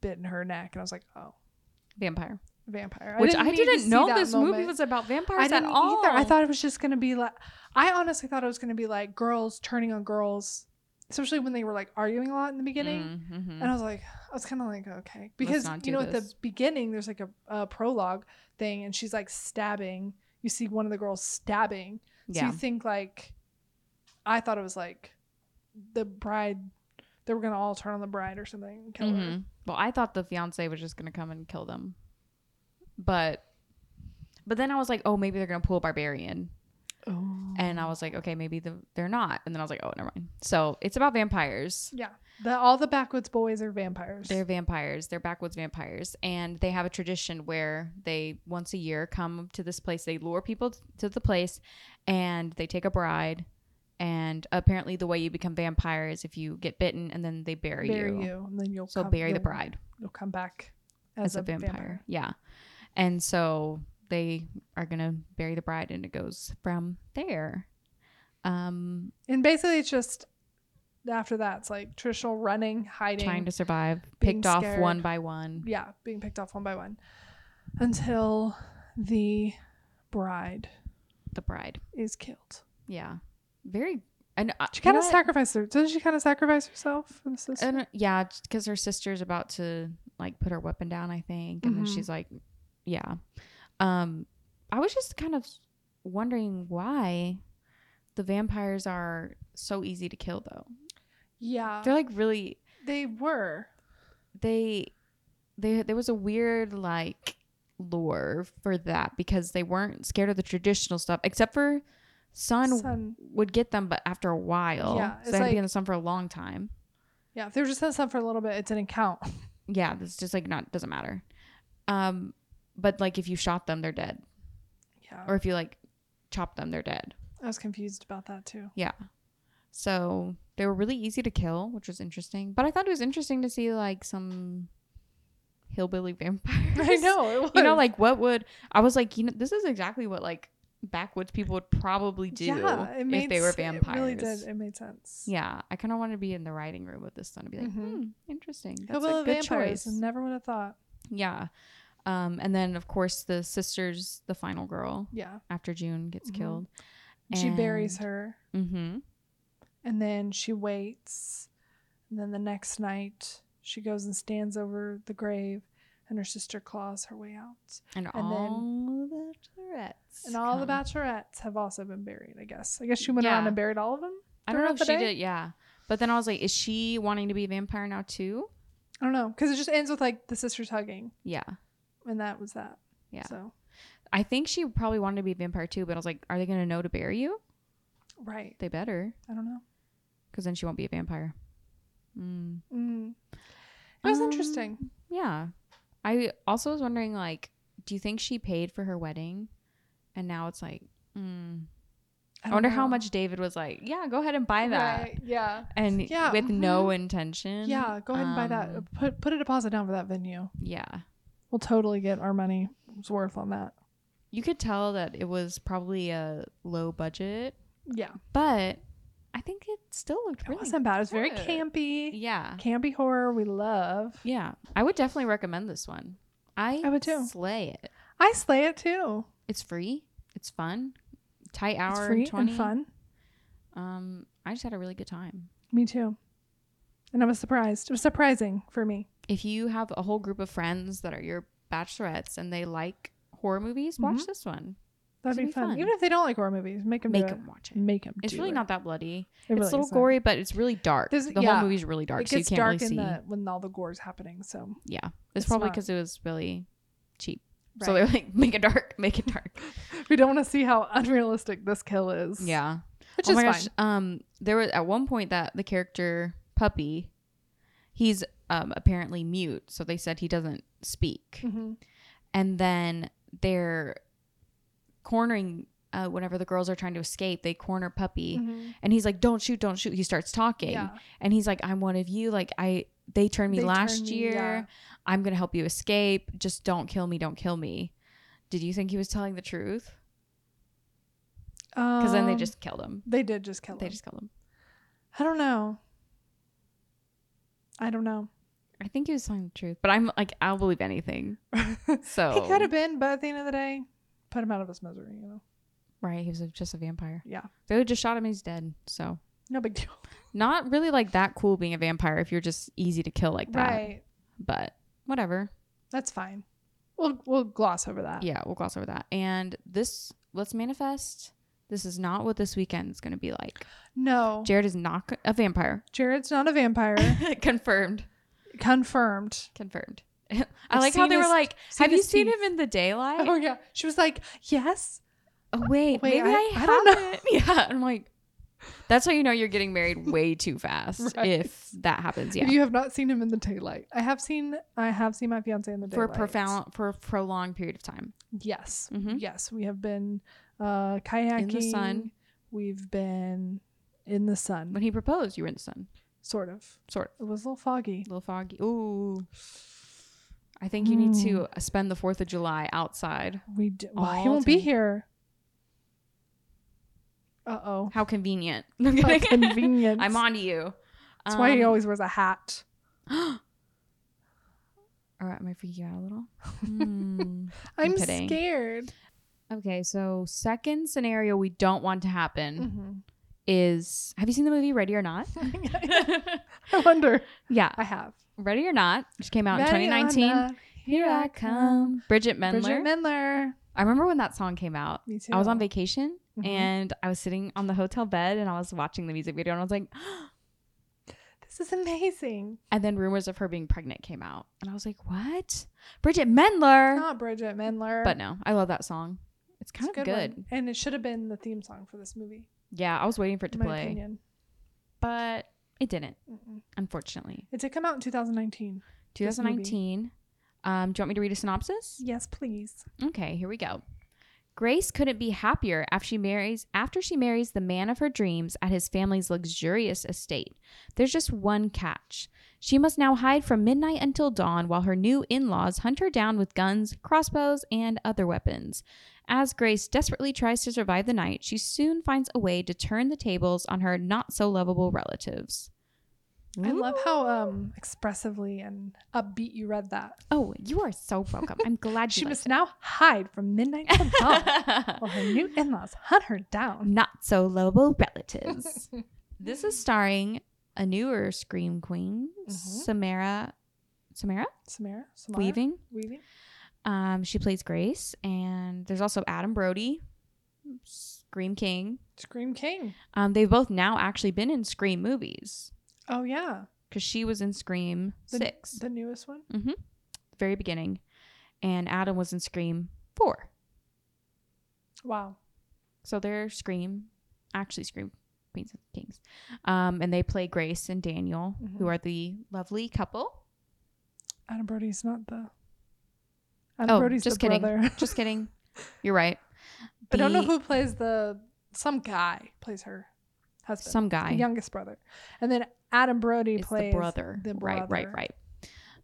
Speaker 1: bit in her neck, and I was like, oh,
Speaker 2: vampire.
Speaker 1: vampire.
Speaker 2: Which
Speaker 1: didn't
Speaker 2: I
Speaker 1: need to
Speaker 2: didn't
Speaker 1: see
Speaker 2: know
Speaker 1: that
Speaker 2: this movie
Speaker 1: moment.
Speaker 2: was about
Speaker 1: I
Speaker 2: vampires
Speaker 1: didn't
Speaker 2: at all.
Speaker 1: either. I thought it was just gonna be like. I honestly thought it was gonna be like girls turning on girls, especially when they were like arguing a lot in the beginning.
Speaker 2: Mm-hmm.
Speaker 1: And I was like, I was kind of like, okay, because
Speaker 2: Mm. not
Speaker 1: you
Speaker 2: do
Speaker 1: know, at
Speaker 2: this.
Speaker 1: the beginning, there's like a, a prologue thing, and she's like stabbing. You see one of the girls stabbing. So
Speaker 2: yeah.
Speaker 1: you think like, I thought it was like, the bride, they were gonna all turn on the bride or something, and kill her.
Speaker 2: Mhm. Well, I thought the fiance was just gonna come and kill them, but but then I was like, oh, maybe they're gonna pull a barbarian, and
Speaker 1: Mm-hmm.
Speaker 2: I was like, okay, maybe the, they're not. And then I was like, oh, never mind. So it's about vampires.
Speaker 1: yeah, the all the backwoods boys are vampires.
Speaker 2: They're vampires. They're backwoods vampires, and they have a tradition where they once a year come to this place. They lure people to the place, and they take a bride. And apparently, the way you become vampire is if you get bitten, and then they bury,
Speaker 1: bury
Speaker 2: you.
Speaker 1: you. and then you'll
Speaker 2: So
Speaker 1: come,
Speaker 2: bury the
Speaker 1: you'll-
Speaker 2: bride.
Speaker 1: You'll come back
Speaker 2: as, a, vampire. Yeah. And so they are gonna bury the bride and it goes from there. Um
Speaker 1: And basically, it's just after that, it's like traditional running, hiding,
Speaker 2: trying to survive,
Speaker 1: being
Speaker 2: picked off
Speaker 1: scared.
Speaker 2: one by one.
Speaker 1: yeah, being picked off one by one until the bride
Speaker 2: The bride.
Speaker 1: is killed.
Speaker 2: Yeah. Very and uh,
Speaker 1: She
Speaker 2: you
Speaker 1: kind
Speaker 2: know
Speaker 1: of
Speaker 2: what?
Speaker 1: sacrificed her. Doesn't she kind of sacrifice herself for the sister?
Speaker 2: and uh, yeah, because her sister's about to like put her weapon down, I think, and then
Speaker 1: Mhm.
Speaker 2: she's like, yeah. Um, I was just kind of wondering why the vampires are so easy to kill, though.
Speaker 1: yeah,
Speaker 2: They're like really
Speaker 1: they were.
Speaker 2: they they there was a weird like lore for that because they weren't scared of the traditional stuff except for sun,
Speaker 1: Sun.
Speaker 2: would get them but after a while
Speaker 1: Yeah,
Speaker 2: so
Speaker 1: it's
Speaker 2: they had to be in
Speaker 1: like-
Speaker 2: the sun for a long time
Speaker 1: Yeah, if they were just in the sun for a little bit, it didn't (laughs) count.
Speaker 2: yeah it's just like not doesn't matter um but like if you shot them they're dead
Speaker 1: Yeah,
Speaker 2: or if you like chop them they're dead
Speaker 1: I was confused about that too.
Speaker 2: so they were really easy to kill which was interesting but i thought it was interesting to see like some hillbilly (laughs) vampires
Speaker 1: (laughs) (laughs) I know. It was.
Speaker 2: (laughs) you know like what would i was like you know this is exactly what like backwoods people would probably do if they were
Speaker 1: s-
Speaker 2: vampires
Speaker 1: It really did. It made sense.
Speaker 2: yeah i kind of wanted to be in the writing room with this son and be like
Speaker 1: Mhm.
Speaker 2: hmm interesting
Speaker 1: Go
Speaker 2: that's a
Speaker 1: with
Speaker 2: good
Speaker 1: vampires.
Speaker 2: choice
Speaker 1: Never would have thought.
Speaker 2: yeah um and then of course the sisters the final girl
Speaker 1: Yeah,
Speaker 2: after june gets
Speaker 1: Mhm.
Speaker 2: killed
Speaker 1: she buries
Speaker 2: And-
Speaker 1: her.
Speaker 2: mm-hmm
Speaker 1: And then she waits. And then the next night, she goes and stands over the grave, and her sister claws her way out.
Speaker 2: and,
Speaker 1: And then-
Speaker 2: all the turrets
Speaker 1: And all the
Speaker 2: come.
Speaker 1: bachelorettes have also been buried, I guess. I guess she went around
Speaker 2: Yeah.
Speaker 1: and buried all of them.
Speaker 2: i don't know
Speaker 1: throughout
Speaker 2: if
Speaker 1: the
Speaker 2: she
Speaker 1: day?
Speaker 2: did yeah but then i was like is she wanting to be a vampire now too
Speaker 1: I don't know. Because it just ends with like the sisters hugging.
Speaker 2: yeah
Speaker 1: And that was that.
Speaker 2: Yeah.
Speaker 1: So,
Speaker 2: i think she probably wanted to be a vampire too but i was like are they gonna know to bury you
Speaker 1: right.
Speaker 2: They better,
Speaker 1: I don't know.
Speaker 2: because then she won't be a vampire. Mm.
Speaker 1: Mm. It was
Speaker 2: Um,
Speaker 1: interesting.
Speaker 2: Yeah. I also was wondering, like, do you think she paid for her wedding? And now it's like, mm. I,
Speaker 1: don't
Speaker 2: wonder how
Speaker 1: know.
Speaker 2: much David was like, yeah, go ahead and buy that.
Speaker 1: Right, Yeah.
Speaker 2: And
Speaker 1: Yeah, mm-hmm.
Speaker 2: with no intention.
Speaker 1: Yeah. Go ahead and buy
Speaker 2: Um,
Speaker 1: that. Put, put a deposit down for that venue.
Speaker 2: Yeah.
Speaker 1: We'll totally get our money's worth on that.
Speaker 2: You could tell that it was probably a low budget
Speaker 1: Yeah.
Speaker 2: But I think it still looked
Speaker 1: It
Speaker 2: really
Speaker 1: wasn't bad. It was very
Speaker 2: good.
Speaker 1: campy.
Speaker 2: Yeah.
Speaker 1: Campy horror we love.
Speaker 2: Yeah. I would definitely recommend this one. I,
Speaker 1: I would too.
Speaker 2: Slay it.
Speaker 1: I slay it too.
Speaker 2: It's free. It's fun. Tight hour
Speaker 1: it's free
Speaker 2: and 20.
Speaker 1: and fun.
Speaker 2: Um I just had a really good time.
Speaker 1: Me too. And I was surprised. It was surprising for me.
Speaker 2: If you have a whole group of friends that are your bachelorettes and they like horror movies, watch
Speaker 1: Mhm.
Speaker 2: this one.
Speaker 1: That'd
Speaker 2: Should
Speaker 1: be,
Speaker 2: be
Speaker 1: fun.
Speaker 2: fun.
Speaker 1: Even if they don't like horror movies, make them do
Speaker 2: Make
Speaker 1: it.
Speaker 2: them watch it.
Speaker 1: Make them.
Speaker 2: It's really not that bloody.
Speaker 1: It
Speaker 2: it's a little
Speaker 1: isn't.
Speaker 2: gory, but it's really dark.
Speaker 1: This-
Speaker 2: the
Speaker 1: yeah.
Speaker 2: whole movie's really dark,
Speaker 1: It
Speaker 2: so you
Speaker 1: gets
Speaker 2: can't
Speaker 1: dark
Speaker 2: really see.
Speaker 1: in the when all the gore's happening. So (laughs)
Speaker 2: yeah,
Speaker 1: it's
Speaker 2: it's, probably
Speaker 1: not-
Speaker 2: because it was really cheap. So
Speaker 1: Right.
Speaker 2: they're like, (laughs) make it dark, make it dark.
Speaker 1: (laughs) we don't want to see how (laughs) unrealistic this kill is.
Speaker 2: yeah,
Speaker 1: which
Speaker 2: oh
Speaker 1: is
Speaker 2: my
Speaker 1: fine.
Speaker 2: gosh. Um, there was at one point that the character puppy, he's um apparently mute, so they said he doesn't speak.
Speaker 1: Mhm.
Speaker 2: and then they're cornering uh, whenever the girls are trying to escape they corner puppy
Speaker 1: Mhm.
Speaker 2: and he's like don't shoot don't shoot he starts talking
Speaker 1: Yeah.
Speaker 2: and he's like i'm one of you like i they turned me
Speaker 1: They
Speaker 2: last
Speaker 1: turned me,
Speaker 2: year
Speaker 1: yeah.
Speaker 2: i'm gonna help you escape just don't kill me don't kill me did you think he was telling the truth because then they
Speaker 1: Um,
Speaker 2: just killed him
Speaker 1: they did just kill
Speaker 2: they
Speaker 1: him.
Speaker 2: just killed him
Speaker 1: I don't know. I don't know.
Speaker 2: i think he was telling the truth but i'm like i'll
Speaker 1: (laughs)
Speaker 2: believe anything so
Speaker 1: He could
Speaker 2: Oh.
Speaker 1: have been, but at the end of the day, put him out of his misery. You know.
Speaker 2: right he was a, just a vampire
Speaker 1: Yeah.
Speaker 2: they would've just shot him and he's dead so
Speaker 1: No big deal.
Speaker 2: not really like that cool being a vampire if you're just easy to kill like that.
Speaker 1: Right.
Speaker 2: But whatever.
Speaker 1: That's fine. We'll we'll gloss over that.
Speaker 2: Yeah, we'll gloss over that. And this, let's manifest. This is not what this weekend's going to be like.
Speaker 1: No,
Speaker 2: Jared is not c- a vampire. (laughs)
Speaker 1: Jared's not a vampire.
Speaker 2: Confirmed.
Speaker 1: Confirmed.
Speaker 2: Confirmed. (laughs) I like how
Speaker 1: seen
Speaker 2: they were
Speaker 1: his-
Speaker 2: like,
Speaker 1: seen
Speaker 2: "Have you
Speaker 1: his
Speaker 2: seen
Speaker 1: teeth."
Speaker 2: him in the daylight?"
Speaker 1: Oh yeah. She was like, yes.
Speaker 2: Oh, wait,
Speaker 1: Wait,
Speaker 2: maybe
Speaker 1: I-
Speaker 2: I,
Speaker 1: I don't
Speaker 2: haven't. (laughs)
Speaker 1: know.
Speaker 2: Yeah, I'm like, that's how you know you're getting married way too
Speaker 1: (laughs)
Speaker 2: fast
Speaker 1: Right.
Speaker 2: if that happens. Yeah,
Speaker 1: If you have not seen him in the daylight, I have seen. I have seen my fiance in the
Speaker 2: for a
Speaker 1: daylight
Speaker 2: profound for a prolonged period of time.
Speaker 1: Yes.
Speaker 2: Mhm.
Speaker 1: Yes, we have been uh, kayaking
Speaker 2: sun.
Speaker 1: We've been in the sun,
Speaker 2: When he proposed, you were in the sun,
Speaker 1: sort of.
Speaker 2: sort of.
Speaker 1: It was a little foggy.
Speaker 2: A little foggy. Ooh. I think you need to
Speaker 1: Hmm.
Speaker 2: uh, spend the 4th of July outside.
Speaker 1: We d well, he
Speaker 2: All
Speaker 1: won't be
Speaker 2: day.
Speaker 1: here. Uh oh.
Speaker 2: (laughs) How convenient.
Speaker 1: (laughs) How convenient.
Speaker 2: I'm on to you.
Speaker 1: That's why he
Speaker 2: Um,
Speaker 1: always wears a hat.
Speaker 2: (gasps) All right, am I freaking you out a little? Hmm.
Speaker 1: I'm
Speaker 2: kidding.
Speaker 1: scared.
Speaker 2: (laughs) Okay, so second scenario we don't want to happen
Speaker 1: hmm
Speaker 2: is have you seen the movie Ready
Speaker 1: (laughs)
Speaker 2: or Not?
Speaker 1: I wonder.
Speaker 2: yeah,
Speaker 1: I have.
Speaker 2: Ready or Not, which came out in 2019.
Speaker 1: Mariana,
Speaker 2: Here I come. Bridget Mendler.
Speaker 1: Bridget Mendler.
Speaker 2: I remember when that song came out.
Speaker 1: Me too.
Speaker 2: I was on vacation
Speaker 1: Mhm.
Speaker 2: and I was sitting on the hotel bed and I was watching the music video and I was like, (gasps)
Speaker 1: This is amazing.
Speaker 2: and then rumors of her being pregnant came out and I was like, what? Bridget Mendler.
Speaker 1: Not Bridget Mendler.
Speaker 2: But no, I love that song. It's
Speaker 1: It's
Speaker 2: kind
Speaker 1: a
Speaker 2: of
Speaker 1: one.
Speaker 2: good.
Speaker 1: And it should have been the theme song for this movie.
Speaker 2: Yeah, I was waiting for it to
Speaker 1: in my
Speaker 2: play,
Speaker 1: opinion.
Speaker 2: but it didn't,
Speaker 1: Mm-mm.
Speaker 2: unfortunately.
Speaker 1: It did come out in 2019. This movie.
Speaker 2: 2019. Um, do you want me to read a synopsis?
Speaker 1: Yes, please.
Speaker 2: Okay, here we go. Grace couldn't be happier after she marries after she marries the man of her dreams at his family's luxurious estate. There's just one catch. She must now hide from midnight until dawn while her new in-laws hunt her down with guns, crossbows, and other weapons. As Grace desperately tries to survive the night, she soon finds a way to turn the tables on her not so lovable relatives.
Speaker 1: I love how
Speaker 2: Ooh.
Speaker 1: um expressively and upbeat you read that.
Speaker 2: Oh, you are so welcome. I'm (laughs) glad
Speaker 1: She
Speaker 2: you Oh, liked
Speaker 1: must now hide from midnight till
Speaker 2: (laughs)
Speaker 1: dawn
Speaker 2: it.
Speaker 1: while her new in-laws hunt her down.
Speaker 2: not so lovable relatives. this is starring a newer Scream Queen,
Speaker 1: Mhm.
Speaker 2: Samara. Samara
Speaker 1: Samara, Samara
Speaker 2: Weaving.
Speaker 1: Weaving.
Speaker 2: Um, she plays Grace, and there's also Adam Brody, Scream King.
Speaker 1: Scream King.
Speaker 2: Um, they've both now actually been in Scream movies
Speaker 1: Oh yeah,
Speaker 2: because she was in Scream
Speaker 1: The-
Speaker 2: Six,
Speaker 1: the newest one.
Speaker 2: very beginning, and Adam was in Scream Four.
Speaker 1: Wow.
Speaker 2: So they're Scream, actually Scream Queens and Kings. Um, and they play Grace and Daniel, who
Speaker 1: Mhm.
Speaker 2: are the lovely couple.
Speaker 1: Adam Brody's not the. Adam
Speaker 2: Oh,
Speaker 1: Brody's
Speaker 2: just
Speaker 1: the
Speaker 2: kidding.
Speaker 1: brother. (laughs)
Speaker 2: Just kidding. You're right.
Speaker 1: I don't know
Speaker 2: The-
Speaker 1: who plays the. Some guy plays her husband.
Speaker 2: Some guy.
Speaker 1: the youngest brother, and then Adam Brody
Speaker 2: it's the
Speaker 1: plays
Speaker 2: brother.
Speaker 1: the
Speaker 2: Right, right,
Speaker 1: brother.
Speaker 2: right.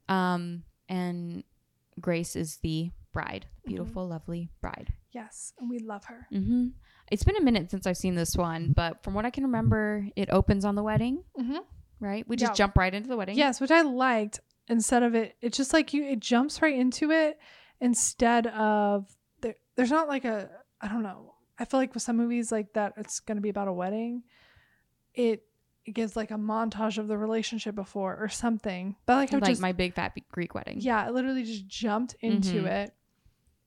Speaker 2: Um, and
Speaker 1: Mm-hmm.
Speaker 2: Grace is the bride, beautiful, lovely bride.
Speaker 1: Yes, and we love her.
Speaker 2: hmm It's been a minute since I've seen this one, but from what I can remember, it opens on the wedding,
Speaker 1: Mm-hmm.
Speaker 2: right? We just
Speaker 1: Yeah.
Speaker 2: jump right into the wedding.
Speaker 1: Yes, which I liked instead of it. It's just like you, it jumps right into it instead of there, there's not like a, I don't know. I feel like with some movies like that, it's going to be about a wedding. It, it gives like a montage of the relationship before or something. But like, I
Speaker 2: like
Speaker 1: just,
Speaker 2: my big fat Be- Greek wedding.
Speaker 1: yeah, I literally just jumped into
Speaker 2: Mhm.
Speaker 1: it.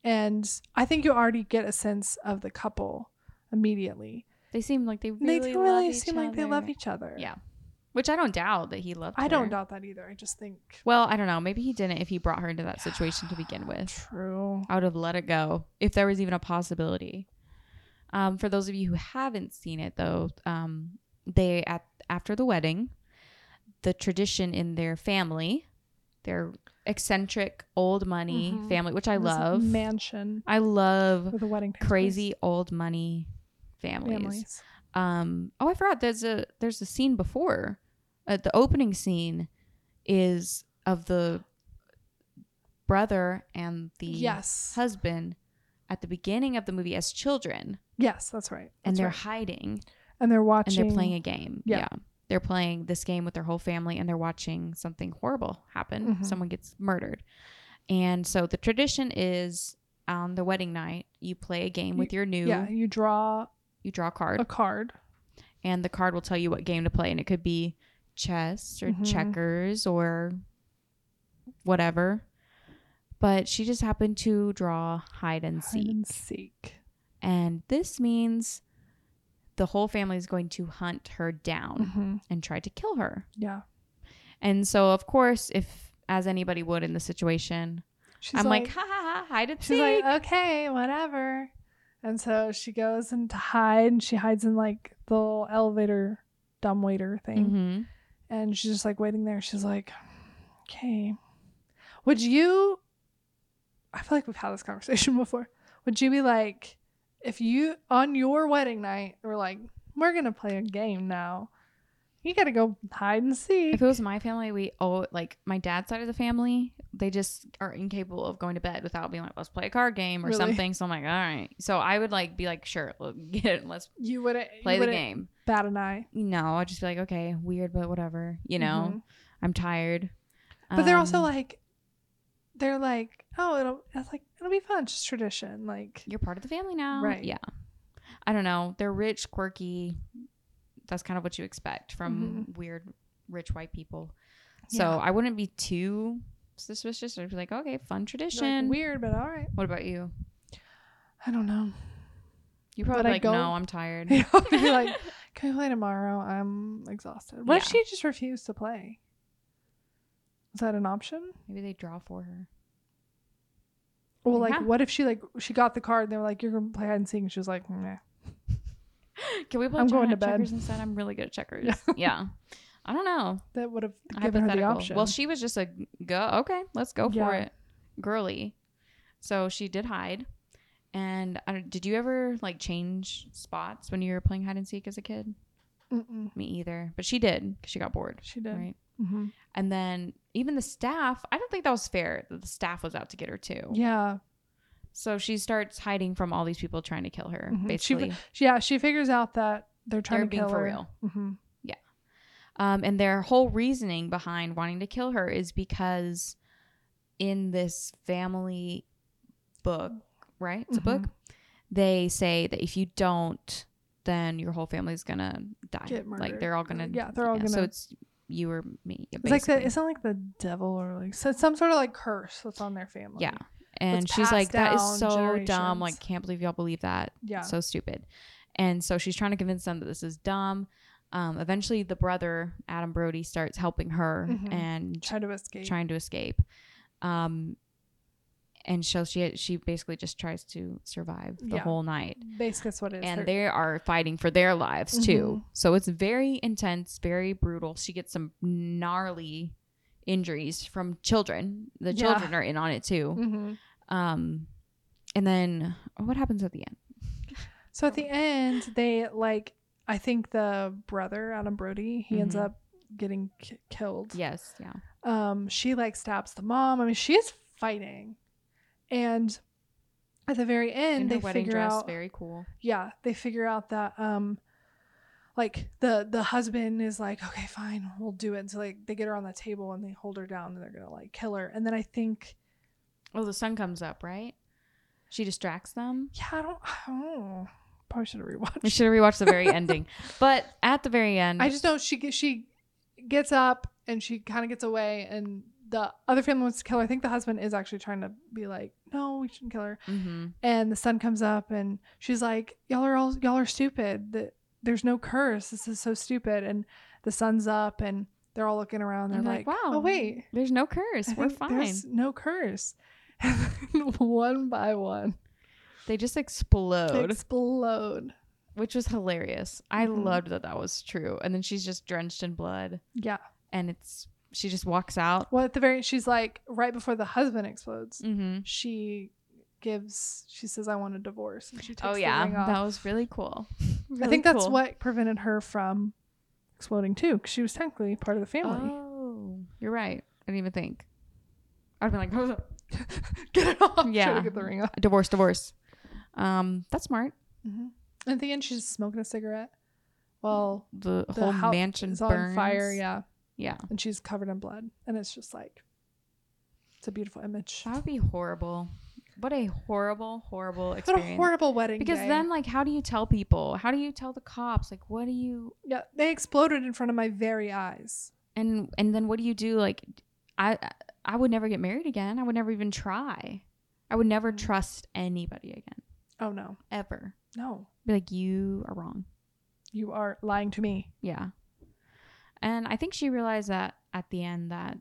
Speaker 1: And I think you already get a sense of the couple immediately.
Speaker 2: They seem like they
Speaker 1: They
Speaker 2: really
Speaker 1: they really
Speaker 2: love
Speaker 1: seem
Speaker 2: each
Speaker 1: like they love
Speaker 2: other.
Speaker 1: each other.
Speaker 2: Yeah. Which I don't doubt that he loved
Speaker 1: I
Speaker 2: her.
Speaker 1: don't doubt that either. I just think
Speaker 2: Well, I don't know. Maybe he didn't if he brought her into that situation to begin with.
Speaker 1: true.
Speaker 2: I would have let it go if there was even a possibility. Um, for those of you who haven't seen it, though, um, they at after the wedding, the tradition in their family, their eccentric old money
Speaker 1: Mhm.
Speaker 2: family, which I
Speaker 1: This
Speaker 2: love.
Speaker 1: mansion
Speaker 2: I love
Speaker 1: with a wedding. takes
Speaker 2: crazy old money
Speaker 1: place.
Speaker 2: families.
Speaker 1: families.
Speaker 2: Um, oh, I forgot. There's a there's a scene before. Uh, the opening scene is of the brother and the
Speaker 1: yes,
Speaker 2: husband at the beginning of the movie as children
Speaker 1: yes, that's right.
Speaker 2: and
Speaker 1: That's
Speaker 2: they're
Speaker 1: right.
Speaker 2: hiding
Speaker 1: and they're
Speaker 2: and
Speaker 1: watching
Speaker 2: they're playing a game.
Speaker 1: Yeah.
Speaker 2: They're playing this game with their whole family and they're watching something horrible happen.
Speaker 1: Mhm.
Speaker 2: Someone gets murdered. And so the tradition is on the wedding night, you play a game with your new,
Speaker 1: Yeah, you draw
Speaker 2: you draw a card
Speaker 1: a card.
Speaker 2: and the card will tell you what game to play and it could be chess or
Speaker 1: Mhm.
Speaker 2: checkers or whatever. But she just happened to draw hide and
Speaker 1: hide
Speaker 2: seek.
Speaker 1: and seek.
Speaker 2: And this means the whole family is going to hunt her down
Speaker 1: Mhm.
Speaker 2: and try to kill her.
Speaker 1: Yeah,
Speaker 2: And so, of course, if as anybody would in the situation,
Speaker 1: she's
Speaker 2: I'm like, ha ha ha, hide and
Speaker 1: she's
Speaker 2: seek.
Speaker 1: like, okay, whatever. And so she goes and to hide, and she hides in like the little elevator dumbwaiter thing.
Speaker 2: Mhm.
Speaker 1: and she's just like waiting there. She's like, "Okay, would you?" I feel like we've had this conversation (laughs) before. Would you be like, if you on your wedding night were like, "We're gonna play a game now," you gotta go hide and seek.
Speaker 2: If it was my family, we oh, like my dad's side of the family, they just are incapable of going to bed without being like, let's play a card game or
Speaker 1: Really?
Speaker 2: something. So I'm like, all right. So I would like be like, sure, let's (laughs) get it, let's
Speaker 1: you wouldn't
Speaker 2: play
Speaker 1: you
Speaker 2: the
Speaker 1: wouldn't
Speaker 2: game.
Speaker 1: Bat an eye,
Speaker 2: No, I'd just be like, okay, weird, but whatever. You know,
Speaker 1: Mhm.
Speaker 2: I'm tired.
Speaker 1: But they're also
Speaker 2: Um,
Speaker 1: like, they're like, "Oh, it'll," it's like it'll be fun. It's just tradition, like.
Speaker 2: you're part of the family now.
Speaker 1: Right.
Speaker 2: Yeah. I don't know. They're rich, quirky. That's kind of what you expect from weird, rich white people. So
Speaker 1: Mm-hmm. Yeah.
Speaker 2: I wouldn't be too suspicious. I'd be like, okay,
Speaker 1: you're
Speaker 2: fun
Speaker 1: like,
Speaker 2: tradition.
Speaker 1: weird, but all right.
Speaker 2: what about you?
Speaker 1: I don't know.
Speaker 2: You probably
Speaker 1: Would I
Speaker 2: like,
Speaker 1: go? (laughs)
Speaker 2: no, I'm tired. (laughs)
Speaker 1: Yeah, I'd be (laughs) like, can we play tomorrow? I'm exhausted. What if she just refused to play? Is that an option?
Speaker 2: Maybe they draw for her.
Speaker 1: Well, like,
Speaker 2: Yeah.
Speaker 1: what if she like she got the card and they were like, "You're gonna play hide and seek," and she was like, "Nah."
Speaker 2: Can we play
Speaker 1: I'm going to
Speaker 2: China
Speaker 1: bed.
Speaker 2: checkers instead? I'm really good at
Speaker 1: (laughs)
Speaker 2: checkers. yeah. I don't know.
Speaker 1: That would have given her the
Speaker 2: hypothetical.
Speaker 1: option.
Speaker 2: Well, she was just a go. Okay, let's go for
Speaker 1: Yeah.
Speaker 2: it, girly. So she did hide. And I don't, did you ever like change spots when you were playing hide and seek as a kid?
Speaker 1: Mm-mm.
Speaker 2: Me either, but she did because she got bored,
Speaker 1: she did.
Speaker 2: right?
Speaker 1: hmm
Speaker 2: And then even the staff, I don't think that was fair. That the staff was out to get her too.
Speaker 1: Yeah,
Speaker 2: So she starts hiding from all these people trying to kill her.
Speaker 1: Mhm. She-
Speaker 2: Basically,
Speaker 1: she, yeah. She figures out that they're trying
Speaker 2: They're
Speaker 1: to
Speaker 2: being
Speaker 1: kill
Speaker 2: for
Speaker 1: her.
Speaker 2: real.
Speaker 1: hmm
Speaker 2: Um, and their whole reasoning behind wanting to kill her is because in this family book, right? It's
Speaker 1: Mm-hmm.
Speaker 2: a book. They say that if you don't, then your whole family's gonna die.
Speaker 1: Get
Speaker 2: like
Speaker 1: murdered.
Speaker 2: they're all gonna.
Speaker 1: Yeah, they're all gonna-
Speaker 2: So it's you or me.
Speaker 1: It's like the,
Speaker 2: basically.
Speaker 1: it's not like the devil or like so it's some sort of like curse that's on their family.
Speaker 2: yeah. And
Speaker 1: It's
Speaker 2: she's like,
Speaker 1: passed
Speaker 2: that
Speaker 1: down
Speaker 2: is so dumb.
Speaker 1: generations.
Speaker 2: Like, can't believe y'all believe that.
Speaker 1: yeah.
Speaker 2: so stupid. And so she's trying to convince them that this is dumb. Um, eventually, the brother Adam Brody starts helping her
Speaker 1: Mhm.
Speaker 2: and
Speaker 1: Try to escape.
Speaker 2: trying to escape. Um, and so she she basically just tries to survive the
Speaker 1: Yeah.
Speaker 2: whole night.
Speaker 1: Basically, that's Mm-hmm. what it is.
Speaker 2: And
Speaker 1: They're-
Speaker 2: they are fighting for their lives too. So it's very intense, very brutal. She gets some gnarly injuries from children. The
Speaker 1: Yeah.
Speaker 2: children are in on it too.
Speaker 1: Mhm.
Speaker 2: Um, and then what happens at the end?
Speaker 1: So at the end, they like I think the brother Adam Brody he ends
Speaker 2: Mhm.
Speaker 1: up getting k- killed.
Speaker 2: Yes, yeah.
Speaker 1: Um, she like stabs the mom. I mean, she is fighting, and at the very end
Speaker 2: in her
Speaker 1: they
Speaker 2: wedding
Speaker 1: figure
Speaker 2: dress.
Speaker 1: out
Speaker 2: Very cool.
Speaker 1: yeah they figure out that um like the the husband is like okay fine we'll do it so like they get her on the table and they hold her down and they're gonna like kill her and then i think
Speaker 2: Oh, the sun comes up, right? She distracts them.
Speaker 1: yeah i don't oh probably should have
Speaker 2: We
Speaker 1: rewatched
Speaker 2: should have rewatched the very
Speaker 1: (laughs)
Speaker 2: ending. But at the very end,
Speaker 1: i just know she ge- she gets up and she kind of gets away and the other family wants to kill her i think the husband is actually trying to be like no we shouldn't kill her
Speaker 2: Mhm.
Speaker 1: and the sun comes up and she's like y'all are all y'all are stupid that there's no curse this is so stupid and the sun's up and they're all looking around they're
Speaker 2: And they're
Speaker 1: like, wow oh wait
Speaker 2: there's no curse.
Speaker 1: I
Speaker 2: We're
Speaker 1: think
Speaker 2: fine.
Speaker 1: there's no curse (laughs) and then one by one
Speaker 2: They just
Speaker 1: they
Speaker 2: explode,
Speaker 1: explode
Speaker 2: which was hilarious. I
Speaker 1: Mhm.
Speaker 2: loved that that was true. And then she's just drenched in blood,
Speaker 1: yeah
Speaker 2: and it's she just walks out.
Speaker 1: well at the very she's like right before the husband explodes
Speaker 2: Mm-hmm.
Speaker 1: she gives she says i want a divorce and she takes
Speaker 2: Oh yeah,
Speaker 1: the ring off.
Speaker 2: that was really
Speaker 1: (laughs)
Speaker 2: cool.
Speaker 1: i
Speaker 2: Really
Speaker 1: think that's
Speaker 2: cool.
Speaker 1: what prevented her from exploding too 'cause she was technically part of the family
Speaker 2: Oh, you're right. I didn't even think. I'd have been like,
Speaker 1: (laughs)
Speaker 2: (laughs)
Speaker 1: get it off. Yeah.
Speaker 2: Yeah.
Speaker 1: to get the ring off.
Speaker 2: divorce, divorce. Um, that's smart.
Speaker 1: Mm-hmm. At the end, she's smoking a cigarette. Well,
Speaker 2: The,
Speaker 1: the
Speaker 2: whole
Speaker 1: house
Speaker 2: mansion
Speaker 1: is
Speaker 2: burns.
Speaker 1: on fire. Yeah.
Speaker 2: yeah.
Speaker 1: And she's covered in blood. And it's just like, it's a beautiful image.
Speaker 2: That would be horrible. What a horrible, horrible
Speaker 1: What
Speaker 2: experience.
Speaker 1: a horrible wedding.
Speaker 2: because
Speaker 1: day.
Speaker 2: then, like, how do you tell people? How do you tell the cops? Like, what do you
Speaker 1: yeah, they exploded in front of my very eyes.
Speaker 2: and and then what do you do? Like, I I would never get married again. I would never even try. I would never trust anybody again,
Speaker 1: Oh, no.
Speaker 2: ever.
Speaker 1: No.
Speaker 2: Be like, you are wrong.
Speaker 1: You are lying to me.
Speaker 2: Yeah. And I think she realized that at the end that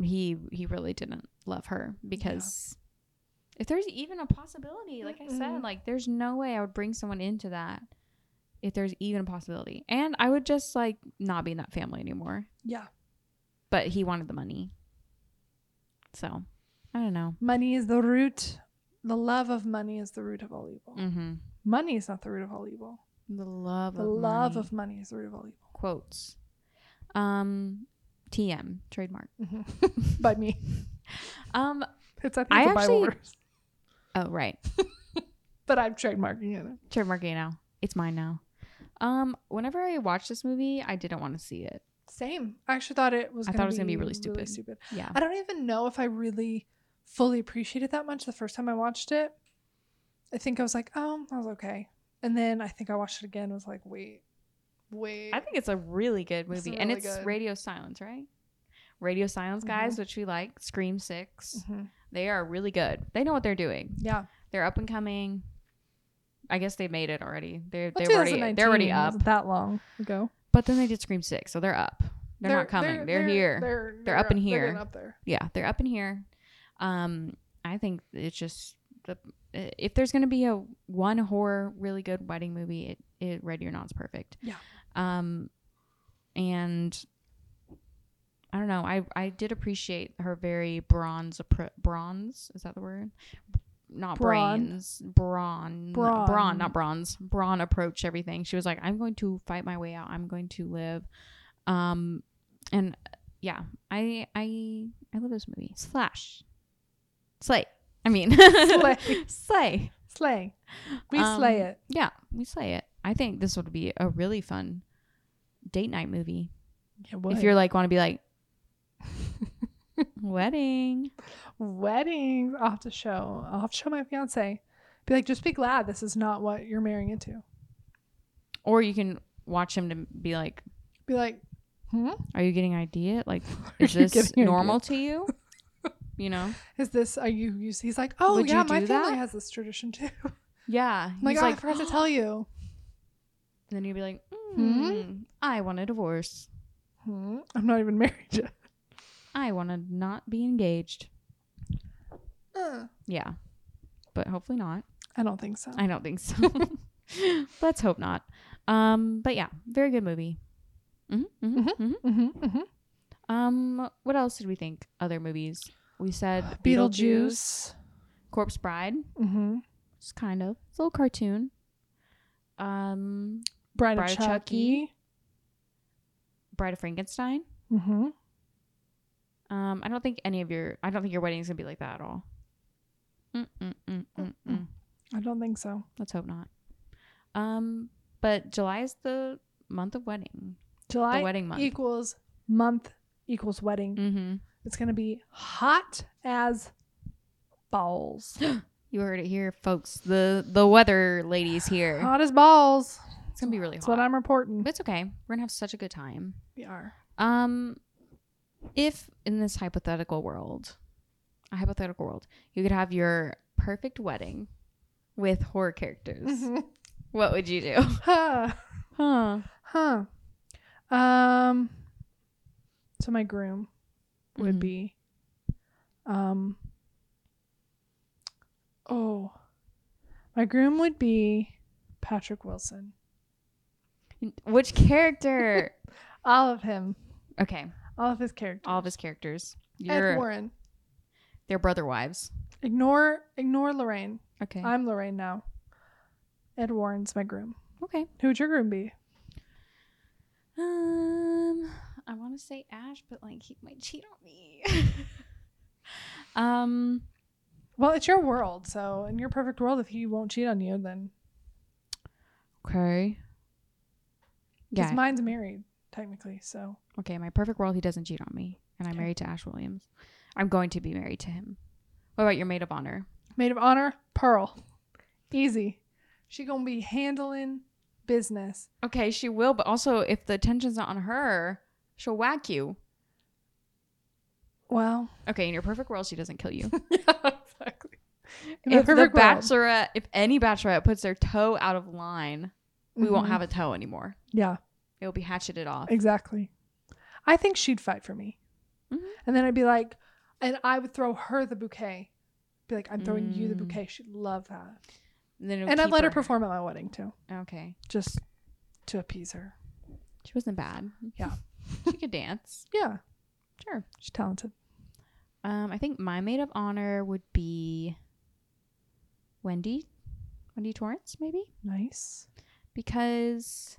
Speaker 2: he he really didn't love her because if there's even a possibility, like I
Speaker 1: Mm-mm.
Speaker 2: said, like there's no way I would bring someone into that if there's even a possibility. And I would just like not be in that family anymore.
Speaker 1: Yeah.
Speaker 2: But he wanted the money. So, I don't know.
Speaker 1: Money is the root. The love of money is the root of all evil.
Speaker 2: Mhm.
Speaker 1: Money is not the root of all evil.
Speaker 2: The love
Speaker 1: The
Speaker 2: of
Speaker 1: love
Speaker 2: money.
Speaker 1: of money is the root of all evil.
Speaker 2: quotes. Um TM trademark.
Speaker 1: Mhm. By me. (laughs)
Speaker 2: Um
Speaker 1: It's, I think
Speaker 2: I
Speaker 1: it's a Bible
Speaker 2: actually-
Speaker 1: verse.
Speaker 2: oh right.
Speaker 1: but I'm trademarking it.
Speaker 2: Trademark it now. It's mine now. Um, whenever I watched this movie, I didn't want to see it.
Speaker 1: Same. I actually thought it was.
Speaker 2: I
Speaker 1: Gonna
Speaker 2: thought it was gonna
Speaker 1: be
Speaker 2: be really stupid. Yeah.
Speaker 1: I don't even know if I really fully appreciated that much the first time I watched it. I think I was like, oh, that was okay. And then I think I watched it again. and Was like, wait, wait.
Speaker 2: I think it's a really good Mm-hmm.
Speaker 1: This is
Speaker 2: movie. and
Speaker 1: really
Speaker 2: it's
Speaker 1: good.
Speaker 2: Radio Silence, right? Radio Silence guys, which we like, Scream 6.
Speaker 1: Mhm.
Speaker 2: They are really good. They know what they're doing.
Speaker 1: Yeah.
Speaker 2: They're up and coming. I guess they made it already. They're
Speaker 1: Well,
Speaker 2: they're already
Speaker 1: 2019
Speaker 2: they're already up.
Speaker 1: wasn't That long ago.
Speaker 2: But then they did Scream 6, so they're up. They're, not coming. They're, here.
Speaker 1: They're,
Speaker 2: up in
Speaker 1: they're
Speaker 2: here.
Speaker 1: getting up there.
Speaker 2: yeah, they're up in here. Um, I think it's just the if there's gonna be a one horror really good wedding movie, it it Ready or Not's perfect.
Speaker 1: Yeah.
Speaker 2: Um, and I don't know. I I did appreciate her very bronze appro- bronze is that the word? Not
Speaker 1: Brawn.
Speaker 2: brains, brawn,
Speaker 1: Brawn.
Speaker 2: brawn, not bronze, brawn approach everything. She was like, I'm going to fight my way out. I'm going to live. Um, and yeah, I I I love this movie. Slash, slay. I mean,
Speaker 1: Slay.
Speaker 2: (laughs) slay.
Speaker 1: Slay. We
Speaker 2: Um,
Speaker 1: slay it.
Speaker 2: Yeah, we slay it. I think this would be a really fun date night movie. If you're like want to be like (laughs) wedding,
Speaker 1: weddings, I'll have to show. I'll have to show my fiance. Be like, just be glad this is not what you're marrying into.
Speaker 2: or you can watch him to be like,
Speaker 1: Be like, hmm.
Speaker 2: are you getting idea? Like,
Speaker 1: (laughs) Are
Speaker 2: is
Speaker 1: you
Speaker 2: this
Speaker 1: getting
Speaker 2: normal
Speaker 1: (laughs)
Speaker 2: to you? You know?
Speaker 1: is this are you you he's like oh
Speaker 2: Would
Speaker 1: yeah
Speaker 2: you
Speaker 1: my
Speaker 2: do
Speaker 1: family
Speaker 2: that?
Speaker 1: has this tradition too (laughs) I'm
Speaker 2: Yeah.
Speaker 1: like,
Speaker 2: he's
Speaker 1: oh, i forgot
Speaker 2: (gasps)
Speaker 1: to tell you
Speaker 2: And then you'd be like,
Speaker 1: Hmm?
Speaker 2: "Mm, I want a divorce.
Speaker 1: hmm? i'm not even (laughs) married yet
Speaker 2: I want to not be engaged.
Speaker 1: Uh,
Speaker 2: Yeah. But hopefully not.
Speaker 1: i don't think so
Speaker 2: I don't think so. (laughs) Let's hope not. Um, but yeah, very good movie. hmm hmm
Speaker 1: Mhm.
Speaker 2: hmm
Speaker 1: hmm hmm
Speaker 2: Um, what else did we think? Other movies. We said (gasps) Beetlejuice,
Speaker 1: beetlejuice
Speaker 2: Corpse Bride.
Speaker 1: mm-hmm.
Speaker 2: It's kind of it's a little cartoon. Um,
Speaker 1: bride,
Speaker 2: Bride
Speaker 1: of
Speaker 2: of
Speaker 1: chucky,
Speaker 2: Chucky. Bride of Frankenstein.
Speaker 1: hmm
Speaker 2: Um, I don't think any of your I don't think your wedding's gonna be like that at all. Mm, mm, mm, mm, mm.
Speaker 1: I don't think so.
Speaker 2: Let's hope not. Um, but July is the month of wedding.
Speaker 1: July
Speaker 2: The wedding month.
Speaker 1: equals month equals wedding.
Speaker 2: Mm-hmm.
Speaker 1: It's gonna be hot as
Speaker 2: (gasps)
Speaker 1: balls.
Speaker 2: You heard it here, folks. The the weather ladies here.
Speaker 1: hot as balls.
Speaker 2: It's gonna be really
Speaker 1: That's
Speaker 2: hot.
Speaker 1: what I'm reporting.
Speaker 2: But it's okay. We're gonna have such a good time.
Speaker 1: We are.
Speaker 2: Um, if in this hypothetical world, a hypothetical world, you could have your perfect wedding with horror characters, what would you do?
Speaker 1: huh.
Speaker 2: (laughs) Huh?
Speaker 1: Mm-hmm. (laughs) Huh. Um. So my groom would
Speaker 2: Mhm.
Speaker 1: be. Um. Oh. My groom would be Patrick Wilson.
Speaker 2: Which character?
Speaker 1: All of him.
Speaker 2: okay,
Speaker 1: All of his characters.
Speaker 2: all of his characters.
Speaker 1: Ed
Speaker 2: Your
Speaker 1: Warren.
Speaker 2: their brother wives.
Speaker 1: Ignore ignore Lorraine.
Speaker 2: Okay.
Speaker 1: I'm Lorraine now. Ed Warren's my groom.
Speaker 2: okay.
Speaker 1: Who would your groom be?
Speaker 2: Um, I want to say Ash, but like he might cheat on me. (laughs) um,
Speaker 1: Well, it's your world, so in your perfect world, if he won't cheat on you, then
Speaker 2: okay.
Speaker 1: because
Speaker 2: Yeah.
Speaker 1: mine's married technically, so
Speaker 2: okay. My perfect world, he doesn't cheat on me, and I'm
Speaker 1: Okay.
Speaker 2: married to Ash Williams. I'm going to be married to him. What about your maid of honor?
Speaker 1: Maid of honor, Pearl. Easy. She gonna be handling business.
Speaker 2: Okay, she will, but also if the attention's not on her, she'll whack you.
Speaker 1: (laughs)
Speaker 2: (laughs)
Speaker 1: Well,
Speaker 2: Okay, in your perfect world, she doesn't kill you.
Speaker 1: exactly. In
Speaker 2: if the
Speaker 1: perfect world.
Speaker 2: bachelorette, if any bachelorette puts their toe out of line, we won't
Speaker 1: Mhm.
Speaker 2: have a toe anymore.
Speaker 1: Yeah,
Speaker 2: It'll be hatcheted off.
Speaker 1: exactly. I think she'd fight for me,
Speaker 2: Mhm.
Speaker 1: and then I'd be like, and I would throw her the bouquet. Be like, I'm throwing you the
Speaker 2: Mm.
Speaker 1: bouquet. She'd love that.
Speaker 2: And, then it'll
Speaker 1: and I'd
Speaker 2: keep
Speaker 1: let her perform at my wedding too,
Speaker 2: Okay.
Speaker 1: just to appease her.
Speaker 2: She wasn't bad.
Speaker 1: Yeah.
Speaker 2: (laughs) she could dance.
Speaker 1: Yeah,
Speaker 2: Sure.
Speaker 1: she's talented.
Speaker 2: Um, I think my maid of honor would be Wendy, Wendy Torrance, maybe,
Speaker 1: Nice.
Speaker 2: because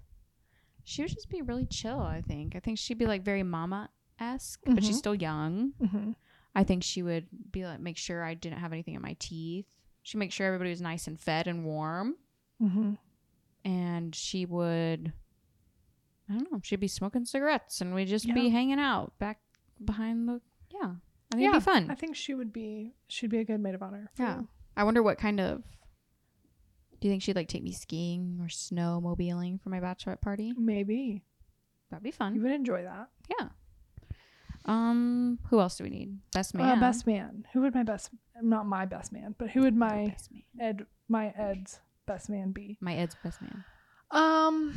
Speaker 2: she would just be really chill. I think. I think she'd be like very mama esque, but she's
Speaker 1: Mhm.
Speaker 2: still young.
Speaker 1: Mm-hmm.
Speaker 2: I think she would be like make sure I didn't have anything in my teeth. She'd make sure everybody was nice and fed and warm,
Speaker 1: Mm-hmm.
Speaker 2: and she would. I don't know. She'd be smoking cigarettes, and we'd just
Speaker 1: Yeah.
Speaker 2: be hanging out back behind the. Yeah, I think
Speaker 1: Yeah,
Speaker 2: it'd be fun.
Speaker 1: I think she would be. She'd be a good maid of honor. for
Speaker 2: Yeah.
Speaker 1: you.
Speaker 2: I wonder what kind of. Do you think she'd like take me skiing or snowmobiling for my bachelorette party?
Speaker 1: maybe
Speaker 2: That'd be
Speaker 1: you
Speaker 2: fun.
Speaker 1: would enjoy that.
Speaker 2: Yeah. Um. Who else do we need? Best
Speaker 1: Uh,
Speaker 2: man.
Speaker 1: best man. Who would my best? Not my best man, but who would
Speaker 2: Oh,
Speaker 1: my
Speaker 2: best man.
Speaker 1: Ed? My Ed's best man be?
Speaker 2: My Ed's best man.
Speaker 1: Um.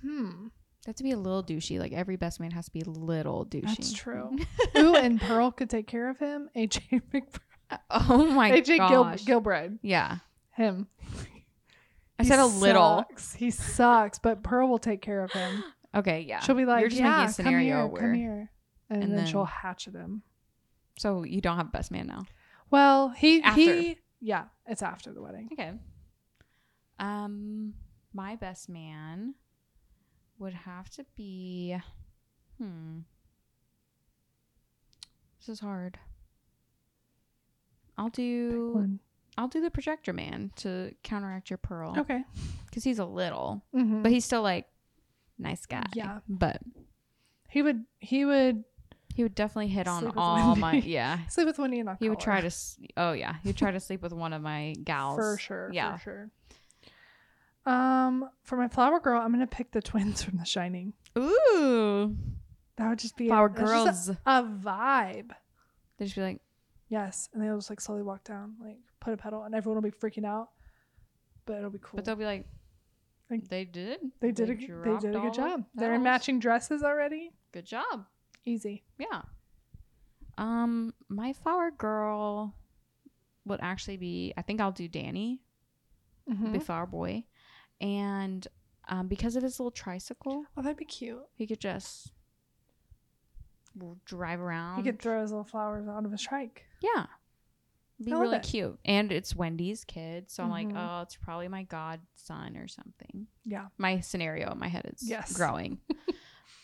Speaker 1: Hmm.
Speaker 2: That to be a little douchey. Like every best man has to be a little douchey.
Speaker 1: That's true. Ooh, and Pearl could take care of him. AJ McBride.
Speaker 2: (laughs) oh my
Speaker 1: AJ
Speaker 2: gosh.
Speaker 1: Gil- Gilbride.
Speaker 2: yeah.
Speaker 1: (laughs) Him.
Speaker 2: I
Speaker 1: He
Speaker 2: said a little.
Speaker 1: sucks. He sucks, but Pearl will take care of him.
Speaker 2: Okay. Yeah.
Speaker 1: She'll be like,
Speaker 2: You're just making a
Speaker 1: yeah, come here,
Speaker 2: scenario where-
Speaker 1: come here, and,
Speaker 2: and
Speaker 1: then,
Speaker 2: then-
Speaker 1: she'll hatchet him.
Speaker 2: so you don't have a best man now.
Speaker 1: Well, he
Speaker 2: After.
Speaker 1: he. Yeah, it's after the wedding.
Speaker 2: Okay. Um, my best man would have to be. Hmm. This is hard. I'll
Speaker 1: Pick
Speaker 2: do.
Speaker 1: one.
Speaker 2: I'll do the projector man to counteract your pearl because
Speaker 1: Okay.
Speaker 2: he's a little,
Speaker 1: Mhm.
Speaker 2: but he's still like nice guy.
Speaker 1: Yeah.
Speaker 2: but
Speaker 1: He would he would
Speaker 2: he would definitely hit on
Speaker 1: Sleep with
Speaker 2: all my.
Speaker 1: Wendy.
Speaker 2: Yeah,
Speaker 1: sleep with Wendy and not
Speaker 2: he would
Speaker 1: call
Speaker 2: try
Speaker 1: her.
Speaker 2: to. s- Oh yeah, he'd try to sleep with one of my gals.
Speaker 1: for sure.
Speaker 2: Yeah.
Speaker 1: for sure. Um, for my flower girl, I'm gonna pick the (laughs) twins from The Shining.
Speaker 2: Ooh,
Speaker 1: That would just be
Speaker 2: flower
Speaker 1: that's just
Speaker 2: girls.
Speaker 1: a, a vibe.
Speaker 2: They'd just be like.
Speaker 1: Yes, and they'll just like slowly walk down, like put a pedal, and everyone will be freaking out. But it'll be cool.
Speaker 2: But they'll be like,
Speaker 1: Like,
Speaker 2: they did.
Speaker 1: they did a, they
Speaker 2: dropped
Speaker 1: did a
Speaker 2: all
Speaker 1: good job. They're in
Speaker 2: those.
Speaker 1: matching dresses already.
Speaker 2: Good job.
Speaker 1: Easy.
Speaker 2: Yeah. Um, my flower girl would actually be. I think I'll do Danny,
Speaker 1: Mhm.
Speaker 2: be flower boy, and um, because of his little tricycle,
Speaker 1: Oh, that'd be cute.
Speaker 2: he could just w- drive around.
Speaker 1: He could throw his little flowers out of his trike.
Speaker 2: Yeah. Be
Speaker 1: I love
Speaker 2: really
Speaker 1: it.
Speaker 2: cute. And it's Wendy's kid. So I'm
Speaker 1: Mhm.
Speaker 2: like, oh, it's probably my godson or something.
Speaker 1: Yeah.
Speaker 2: My scenario in my head is
Speaker 1: Yes. (laughs)
Speaker 2: growing.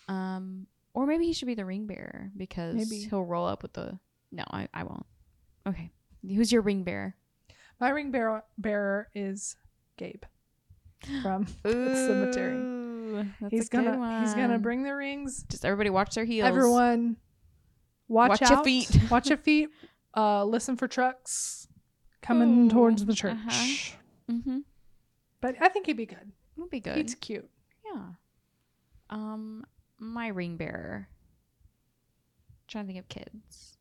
Speaker 2: um, or maybe he should be the ring bearer because
Speaker 1: Maybe.
Speaker 2: he'll roll up with the. No, I, I won't. Okay. Who's your ring bearer?
Speaker 1: My ring bearer, bearer is Gabe from Pet Cemetery.
Speaker 2: Ooh, (gasps) that's
Speaker 1: He's
Speaker 2: a good
Speaker 1: gonna he's gonna
Speaker 2: one.
Speaker 1: bring the rings.
Speaker 2: just everybody watch their heels.
Speaker 1: Everyone, watch,
Speaker 2: Watch
Speaker 1: out.
Speaker 2: your feet.
Speaker 1: (laughs) watch your feet. Uh, listen for trucks coming
Speaker 2: Ooh,
Speaker 1: towards the church.
Speaker 2: uh-huh. Mm-hmm.
Speaker 1: But I think he'd be good.
Speaker 2: Would be good.
Speaker 1: He's cute.
Speaker 2: yeah. Um, my ring bearer. trying to think of kids.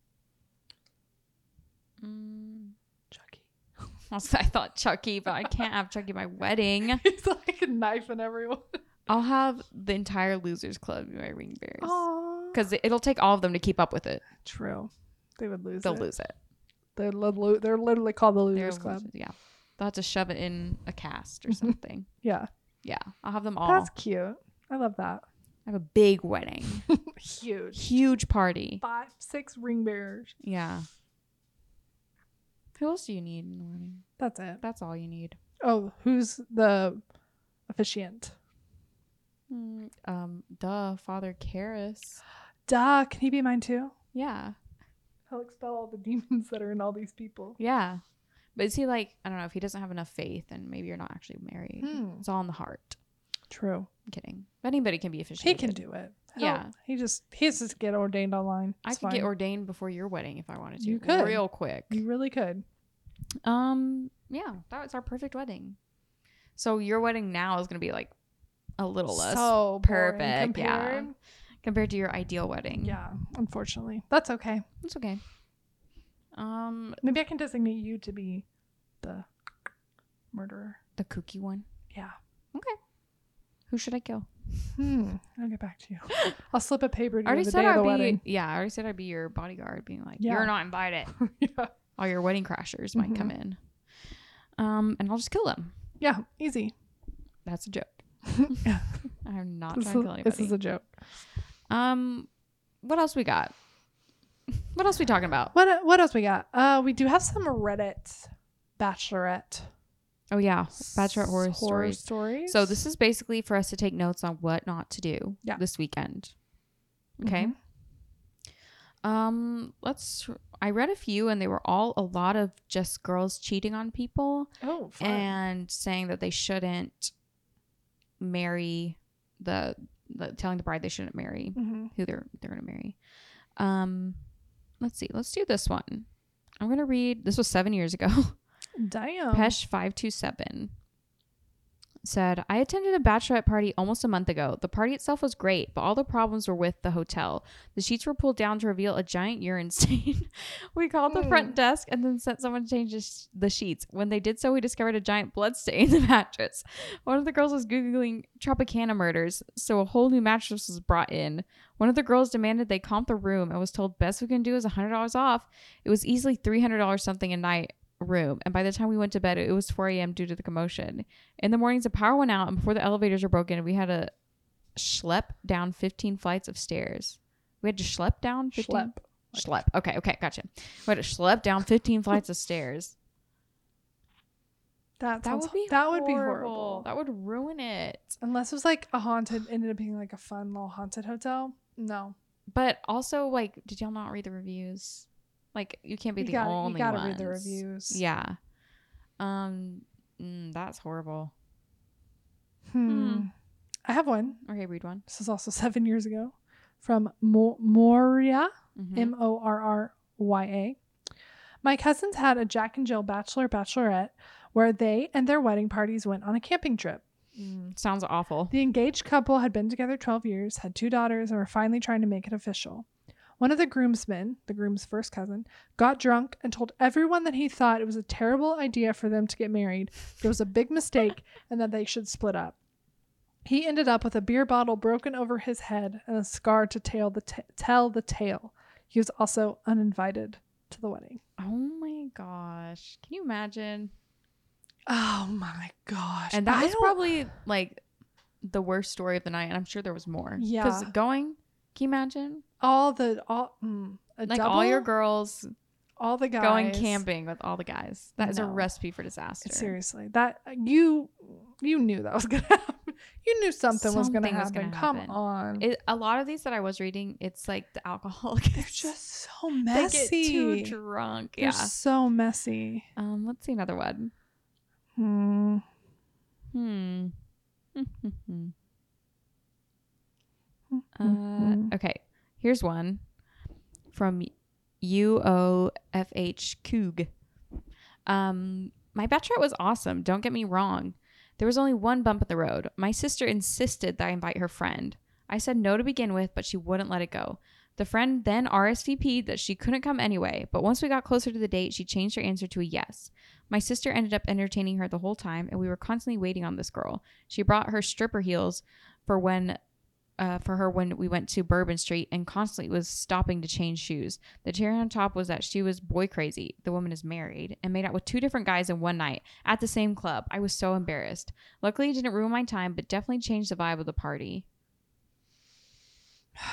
Speaker 2: Mm. (laughs)
Speaker 1: Chucky.
Speaker 2: Also, I thought Chucky, but I can't have Chucky at my wedding.
Speaker 1: (laughs) He's like knifing everyone.
Speaker 2: I'll have the entire Losers Club be my ring bearers
Speaker 1: Oh,
Speaker 2: because it'll take all of them to keep up with it.
Speaker 1: true. They would lose.
Speaker 2: They'll
Speaker 1: it.
Speaker 2: lose it.
Speaker 1: They're, li- lo- they're literally called the
Speaker 2: They're
Speaker 1: Losers Club.
Speaker 2: losers, Yeah, they'll have to shove it in a
Speaker 1: (laughs)
Speaker 2: cast or something.
Speaker 1: Yeah,
Speaker 2: yeah, I'll have them all.
Speaker 1: that's cute. I love that.
Speaker 2: I have a big
Speaker 1: (laughs)
Speaker 2: wedding,
Speaker 1: Huge.
Speaker 2: huge party.
Speaker 1: Five, six ring bearers.
Speaker 2: Yeah. Who else do you need in the wedding?
Speaker 1: That's it.
Speaker 2: That's all you need.
Speaker 1: Oh, who's the officiant?
Speaker 2: Mm, um, duh, Father Karras.
Speaker 1: Duh, can he be mine too?
Speaker 2: Yeah,
Speaker 1: He'll expel all the demons that are in all these people.
Speaker 2: yeah. But is he like? I don't know. If he doesn't have enough faith, then maybe you're not actually married.
Speaker 1: Hmm.
Speaker 2: It's all in the heart.
Speaker 1: True.
Speaker 2: I'm kidding. But anybody can be officiated.
Speaker 1: He can do it. Hell,
Speaker 2: Yeah.
Speaker 1: He just he has to get ordained online.
Speaker 2: I
Speaker 1: It's
Speaker 2: could get
Speaker 1: fine.
Speaker 2: ordained before your wedding if I wanted to.
Speaker 1: You could.
Speaker 2: real quick.
Speaker 1: You really could.
Speaker 2: Um, yeah, that was our perfect wedding. So your wedding now is gonna be like a little less
Speaker 1: so boring
Speaker 2: perfect, yeah.
Speaker 1: compared.
Speaker 2: compared to your ideal wedding.
Speaker 1: Yeah. Unfortunately, that's okay.
Speaker 2: it's okay. Um,
Speaker 1: Maybe I can designate you to be the murderer.
Speaker 2: the kooky one.
Speaker 1: Yeah.
Speaker 2: Okay. Who should I kill?
Speaker 1: Hmm. I'll get back to
Speaker 2: (gasps)
Speaker 1: you. I'll slip a paper to
Speaker 2: I
Speaker 1: you
Speaker 2: already
Speaker 1: the
Speaker 2: said
Speaker 1: day of
Speaker 2: I'd
Speaker 1: the
Speaker 2: be. (laughs)
Speaker 1: wedding. (laughs)
Speaker 2: Yeah, I already said I'd be your bodyguard, being like,
Speaker 1: Yeah.
Speaker 2: "You're not invited.
Speaker 1: yeah.
Speaker 2: All your wedding crashers might come
Speaker 1: Mm-hmm.
Speaker 2: in." Um, and I'll just kill them.
Speaker 1: Yeah. Easy.
Speaker 2: That's a joke.
Speaker 1: (laughs)
Speaker 2: (laughs) I'm not
Speaker 1: this,
Speaker 2: trying to
Speaker 1: is,
Speaker 2: kill anybody.
Speaker 1: this is a joke.
Speaker 2: Um, what else we got? What else we talking about?
Speaker 1: What what else we got? Uh, we do have some Reddit bachelorette
Speaker 2: Oh yeah, bachelorette horror, stories.
Speaker 1: stories.
Speaker 2: So this is basically for us to take notes on what not to do
Speaker 1: Yeah.
Speaker 2: this weekend. Okay.
Speaker 1: Mm-hmm.
Speaker 2: Um, let's. I read a few, and they were all a lot of just girls cheating on people
Speaker 1: Oh, fun.
Speaker 2: and saying that they shouldn't marry the, the telling the bride they shouldn't marry
Speaker 1: Mhm.
Speaker 2: who they're they're gonna marry. Um, let's see. Let's do this one. I'm gonna read. This was seven years ago. (laughs)
Speaker 1: damn.
Speaker 2: Pesh five two seven said, "I attended a bachelorette party almost a month ago. The party itself was great, but all the problems were with the hotel. The sheets were pulled down to reveal a giant urine (laughs) stain. we called the front desk and then sent someone to change the sh- the sheets. When they did so, we discovered a giant blood stain in the (laughs) mattress. One of the girls was googling Tropicana murders, so a whole new mattress was brought in. One of the girls demanded they comp the room and was told best we can do is $100 off. It was easily $300 something a night room, and by the time we went to bed, it was 4 a.m. due to the commotion. In the mornings, the power went out, and before the elevators were broken, we had to schlep down 15 flights of stairs. We had to schlep down 15?
Speaker 1: Schlep.
Speaker 2: Schlep. Okay, okay, gotcha. We had to schlep down 15 flights of stairs.
Speaker 1: (laughs) That,
Speaker 2: That
Speaker 1: sounds,
Speaker 2: would be
Speaker 1: that would be
Speaker 2: horrible.
Speaker 1: horrible.
Speaker 2: That would ruin it.
Speaker 1: Unless it was like a haunted, ended up being like a fun little haunted hotel. No,
Speaker 2: But also, like, did y'all not read the reviews? Like, you can't be
Speaker 1: you
Speaker 2: the
Speaker 1: gotta,
Speaker 2: only
Speaker 1: you gotta read the
Speaker 2: ones.
Speaker 1: reviews.
Speaker 2: Yeah. Um, mm, that's horrible.
Speaker 1: Hmm.
Speaker 2: Hmm.
Speaker 1: I have one.
Speaker 2: Okay, read one.
Speaker 1: This is also (laughs) seven years ago, from Mo- Moria.
Speaker 2: Mhm.
Speaker 1: M O R R Y A. My cousins had a Jack and Jill bachelor bachelorette where they and their wedding parties went on a camping trip.
Speaker 2: Mm, Sounds awful.
Speaker 1: The engaged couple had been together 12 years, had two daughters, and were finally trying to make it official. One of the groomsmen, the groom's first cousin, got drunk and told everyone that he thought it was a terrible idea for them to get married, that it was a big mistake, and that they should split up. He ended up with a beer bottle broken over his head and a scar to tell the, t- tell the tale. He was also uninvited to the wedding.
Speaker 2: Oh my gosh. Can you imagine?
Speaker 1: Oh my gosh.
Speaker 2: And that
Speaker 1: I
Speaker 2: was
Speaker 1: don't-
Speaker 2: probably like the worst story of the night. And I'm sure there was more. Because
Speaker 1: Yeah.
Speaker 2: going, can you imagine?
Speaker 1: all the all mm, a
Speaker 2: Like all your
Speaker 1: double?
Speaker 2: girls
Speaker 1: all the guys
Speaker 2: going camping with all the guys. That is a
Speaker 1: No.
Speaker 2: recipe for disaster.
Speaker 1: uh, Seriously, that you you knew that was gonna (laughs) happen. You knew something, was going to
Speaker 2: Something was
Speaker 1: happen.
Speaker 2: gonna
Speaker 1: Come
Speaker 2: happen.
Speaker 1: on.
Speaker 2: It, a lot of these that I was reading, it's (laughs) like the alcoholic.
Speaker 1: They're just so
Speaker 2: they
Speaker 1: messy.
Speaker 2: get too drunk.
Speaker 1: They're
Speaker 2: Yeah.
Speaker 1: so messy.
Speaker 2: Um, let's see another one.
Speaker 1: Hmm.
Speaker 2: Hmm. uh,
Speaker 1: Mhm.
Speaker 2: okay. Here's one from UOFH Coog. Um, my bachelorette was awesome. Don't get me wrong. There was only one bump in the road. My sister insisted that I invite her friend. I said no to begin with, but she wouldn't let it go. The friend then RSVP'd that she couldn't come anyway, but once we got closer to the date, she changed her answer to a yes. My sister ended up entertaining her the whole time, and we were constantly waiting on this girl. She brought her stripper heels for when uh, for her when we went to Bourbon Street and constantly was stopping to change shoes. The cherry on top was that she was boy crazy. The woman is married and made out with two different guys in one night at the same club. I was so embarrassed. Luckily, it didn't ruin my time, but definitely changed the vibe of the party.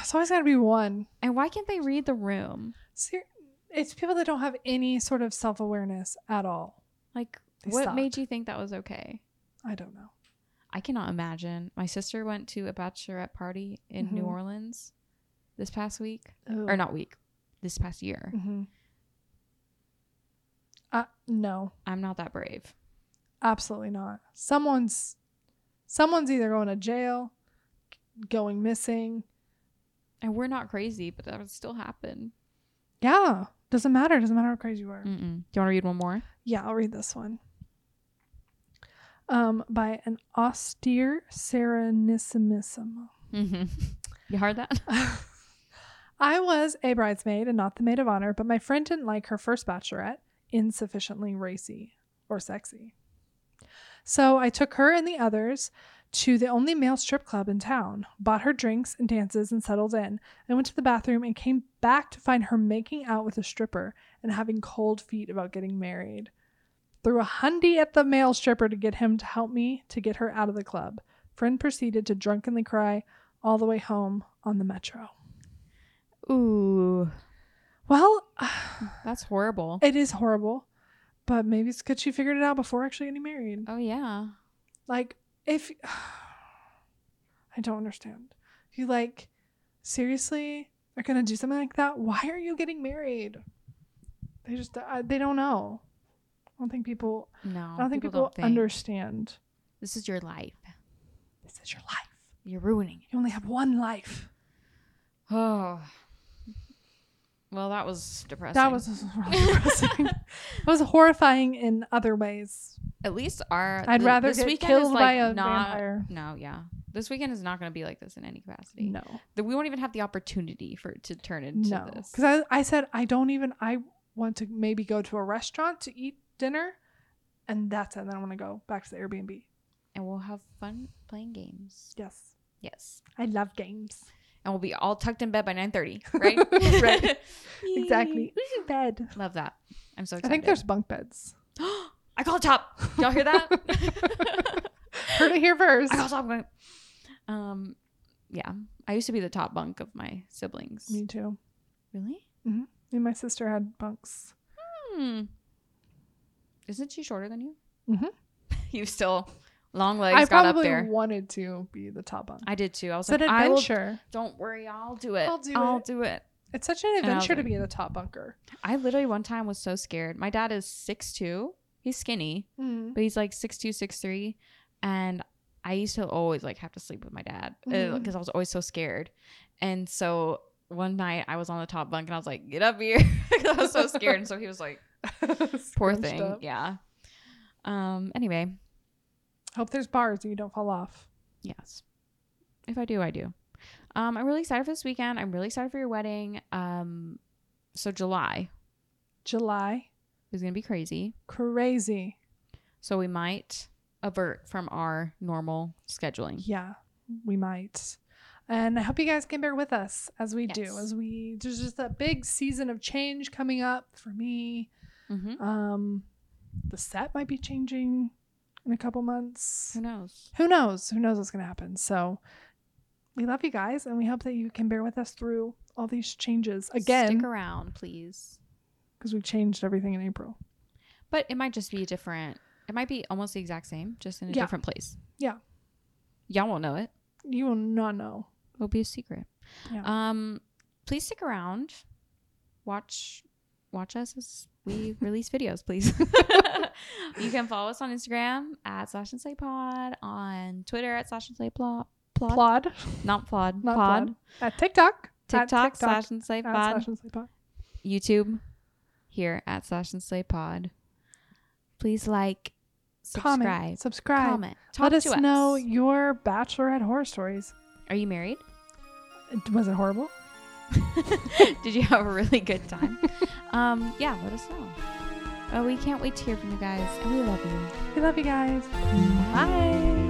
Speaker 1: It's always got to be one.
Speaker 2: And why can't they read the room?
Speaker 1: Ser- It's people that don't have any sort of self awareness at all.
Speaker 2: Like,
Speaker 1: They
Speaker 2: what
Speaker 1: suck.
Speaker 2: made you think that was okay?
Speaker 1: I don't know.
Speaker 2: I cannot imagine. My sister went to a bachelorette party in New
Speaker 1: Mhm.
Speaker 2: Orleans this past week, or not week, this past year.
Speaker 1: Mm-hmm. Uh, no,
Speaker 2: I'm not that brave.
Speaker 1: absolutely not. Someone's someone's either going to jail, going missing.
Speaker 2: And we're not crazy, but that would still happen.
Speaker 1: Yeah, doesn't matter. Doesn't matter how crazy you are.
Speaker 2: Mm-mm. Do you want to read one more?
Speaker 1: Yeah, I'll read this one. Um, by an austere Saranissimism.
Speaker 2: Mm-hmm. (laughs) You heard that?
Speaker 1: (laughs) I was a bridesmaid and not the maid of honor, but my friend didn't like her first bachelorette, insufficiently racy or sexy. So I took her and the others to the only male strip club in town, bought her drinks and dances, and settled in. I went to the bathroom and came back to find her making out with a stripper and having cold feet about getting married. Threw a hundy at the male stripper to get him to help me to get her out of the club. Friend proceeded to drunkenly cry all the way home on the metro.
Speaker 2: Ooh,
Speaker 1: Well, (sighs)
Speaker 2: that's horrible.
Speaker 1: it is horrible, but maybe it's because she figured it out before actually getting married.
Speaker 2: oh yeah.
Speaker 1: Like, if (sighs) I don't understand, If you like seriously are gonna do something like that. Why are you getting married? They just I, they don't know. I don't think people.
Speaker 2: No.
Speaker 1: I don't think people,
Speaker 2: don't think.
Speaker 1: understand.
Speaker 2: This is your life.
Speaker 1: This is your life.
Speaker 2: You're ruining it.
Speaker 1: You only have one life.
Speaker 2: Oh. Well, that was depressing.
Speaker 1: That was (laughs) really depressing. it was horrifying in other ways.
Speaker 2: At least our.
Speaker 1: I'd
Speaker 2: the-
Speaker 1: rather
Speaker 2: this
Speaker 1: get
Speaker 2: weekend
Speaker 1: killed
Speaker 2: is,
Speaker 1: by
Speaker 2: like,
Speaker 1: a
Speaker 2: not,
Speaker 1: vampire.
Speaker 2: No, yeah. This weekend is not going to be like this in any capacity.
Speaker 1: No.
Speaker 2: The- We won't even have the opportunity for it to turn into
Speaker 1: No,
Speaker 2: this.
Speaker 1: because I, I said I don't even I want to maybe go to a restaurant to eat dinner, and that's it. And then I want to go back to the Airbnb.
Speaker 2: and we'll have fun playing games.
Speaker 1: Yes,
Speaker 2: Yes.
Speaker 1: I love games.
Speaker 2: And we'll be all tucked in bed
Speaker 1: (laughs)
Speaker 2: by 9:30, right? (laughs)
Speaker 1: Right. Exactly. Ooh, bed.
Speaker 2: Love that. I'm so
Speaker 1: I
Speaker 2: excited.
Speaker 1: think there's bunk beds.
Speaker 2: (gasps) I call top. Y'all hear that?
Speaker 1: (laughs) Heard it here first.
Speaker 2: I call top. bunk. Um, yeah. I used to be the top bunk of my siblings.
Speaker 1: Me too.
Speaker 2: Really?
Speaker 1: Me and my sister had bunks.
Speaker 2: Hmm. Isn't she shorter than you?
Speaker 1: Mhm.
Speaker 2: (laughs) you still long legs
Speaker 1: I
Speaker 2: got up
Speaker 1: probably
Speaker 2: there.
Speaker 1: wanted to be the top bunk.
Speaker 2: I did too. I was
Speaker 1: It's an
Speaker 2: like, I will.
Speaker 1: adventure.
Speaker 2: Don't worry, I'll do it.
Speaker 1: I'll do it."
Speaker 2: do it.
Speaker 1: It's such an
Speaker 2: And I was
Speaker 1: adventure to
Speaker 2: like-
Speaker 1: be the top bunker.
Speaker 2: I literally one time was so scared. My dad is six two. He's skinny.
Speaker 1: Mm. (laughs)
Speaker 2: but he's like six two, six three, and I used to always like have to sleep with my dad because
Speaker 1: Mhm.
Speaker 2: I was always so scared. And so one night I was on the top bunk and I was like, "Get up here!" (laughs) 'Cause I was so scared. And so he
Speaker 1: (laughs)
Speaker 2: was like, "Poor
Speaker 1: Scrunched
Speaker 2: thing,
Speaker 1: up.
Speaker 2: yeah." Um. Anyway,
Speaker 1: Hope there's bars and you don't fall off.
Speaker 2: yes. If I do, I do. Um. I'm really excited for this weekend. I'm really excited for your wedding. Um. So July
Speaker 1: July,
Speaker 2: is gonna be crazy.
Speaker 1: crazy.
Speaker 2: So we might avert from our normal scheduling.
Speaker 1: Yeah, we might. And I hope you guys can bear with us as we do,
Speaker 2: Yes.
Speaker 1: as we there's just that big season of change coming up for me.
Speaker 2: Mm-hmm.
Speaker 1: Um, the set might be changing in a couple months.
Speaker 2: Who knows?
Speaker 1: Who knows? Who knows what's gonna happen? So we love you guys, and we hope that you can bear with us through all these changes again
Speaker 2: stick around, please.
Speaker 1: because we've changed everything in April.
Speaker 2: But it might just be different. It might be almost the exact same, just in a
Speaker 1: Yeah.
Speaker 2: different place. Y'all won't know it.
Speaker 1: You will not know.
Speaker 2: It'll be a secret.
Speaker 1: Yeah.
Speaker 2: Um, please stick around. Watch watch us as
Speaker 1: (laughs)
Speaker 2: we release videos, please. you can follow us on Instagram at slash and slay pod, on Twitter at slash and slay plot plot,
Speaker 1: Plod
Speaker 2: not plod,
Speaker 1: Not
Speaker 2: pod,
Speaker 1: plod. at TikTok. At
Speaker 2: TikTok, slash
Speaker 1: at
Speaker 2: and slay pod,
Speaker 1: slash and slay pod.
Speaker 2: YouTube here at slash and slay pod. Please like, subscribe,
Speaker 1: Comment.
Speaker 2: comment,
Speaker 1: Subscribe.
Speaker 2: talk
Speaker 1: Let us
Speaker 2: to us.
Speaker 1: know your bachelorette horror stories.
Speaker 2: Are you married?
Speaker 1: Was it horrible?
Speaker 2: (laughs) Did you have a really good time? um, yeah, let us know. Oh, Uh, we can't wait to hear from you guys, and we love you.
Speaker 1: We love you guys.
Speaker 2: Bye.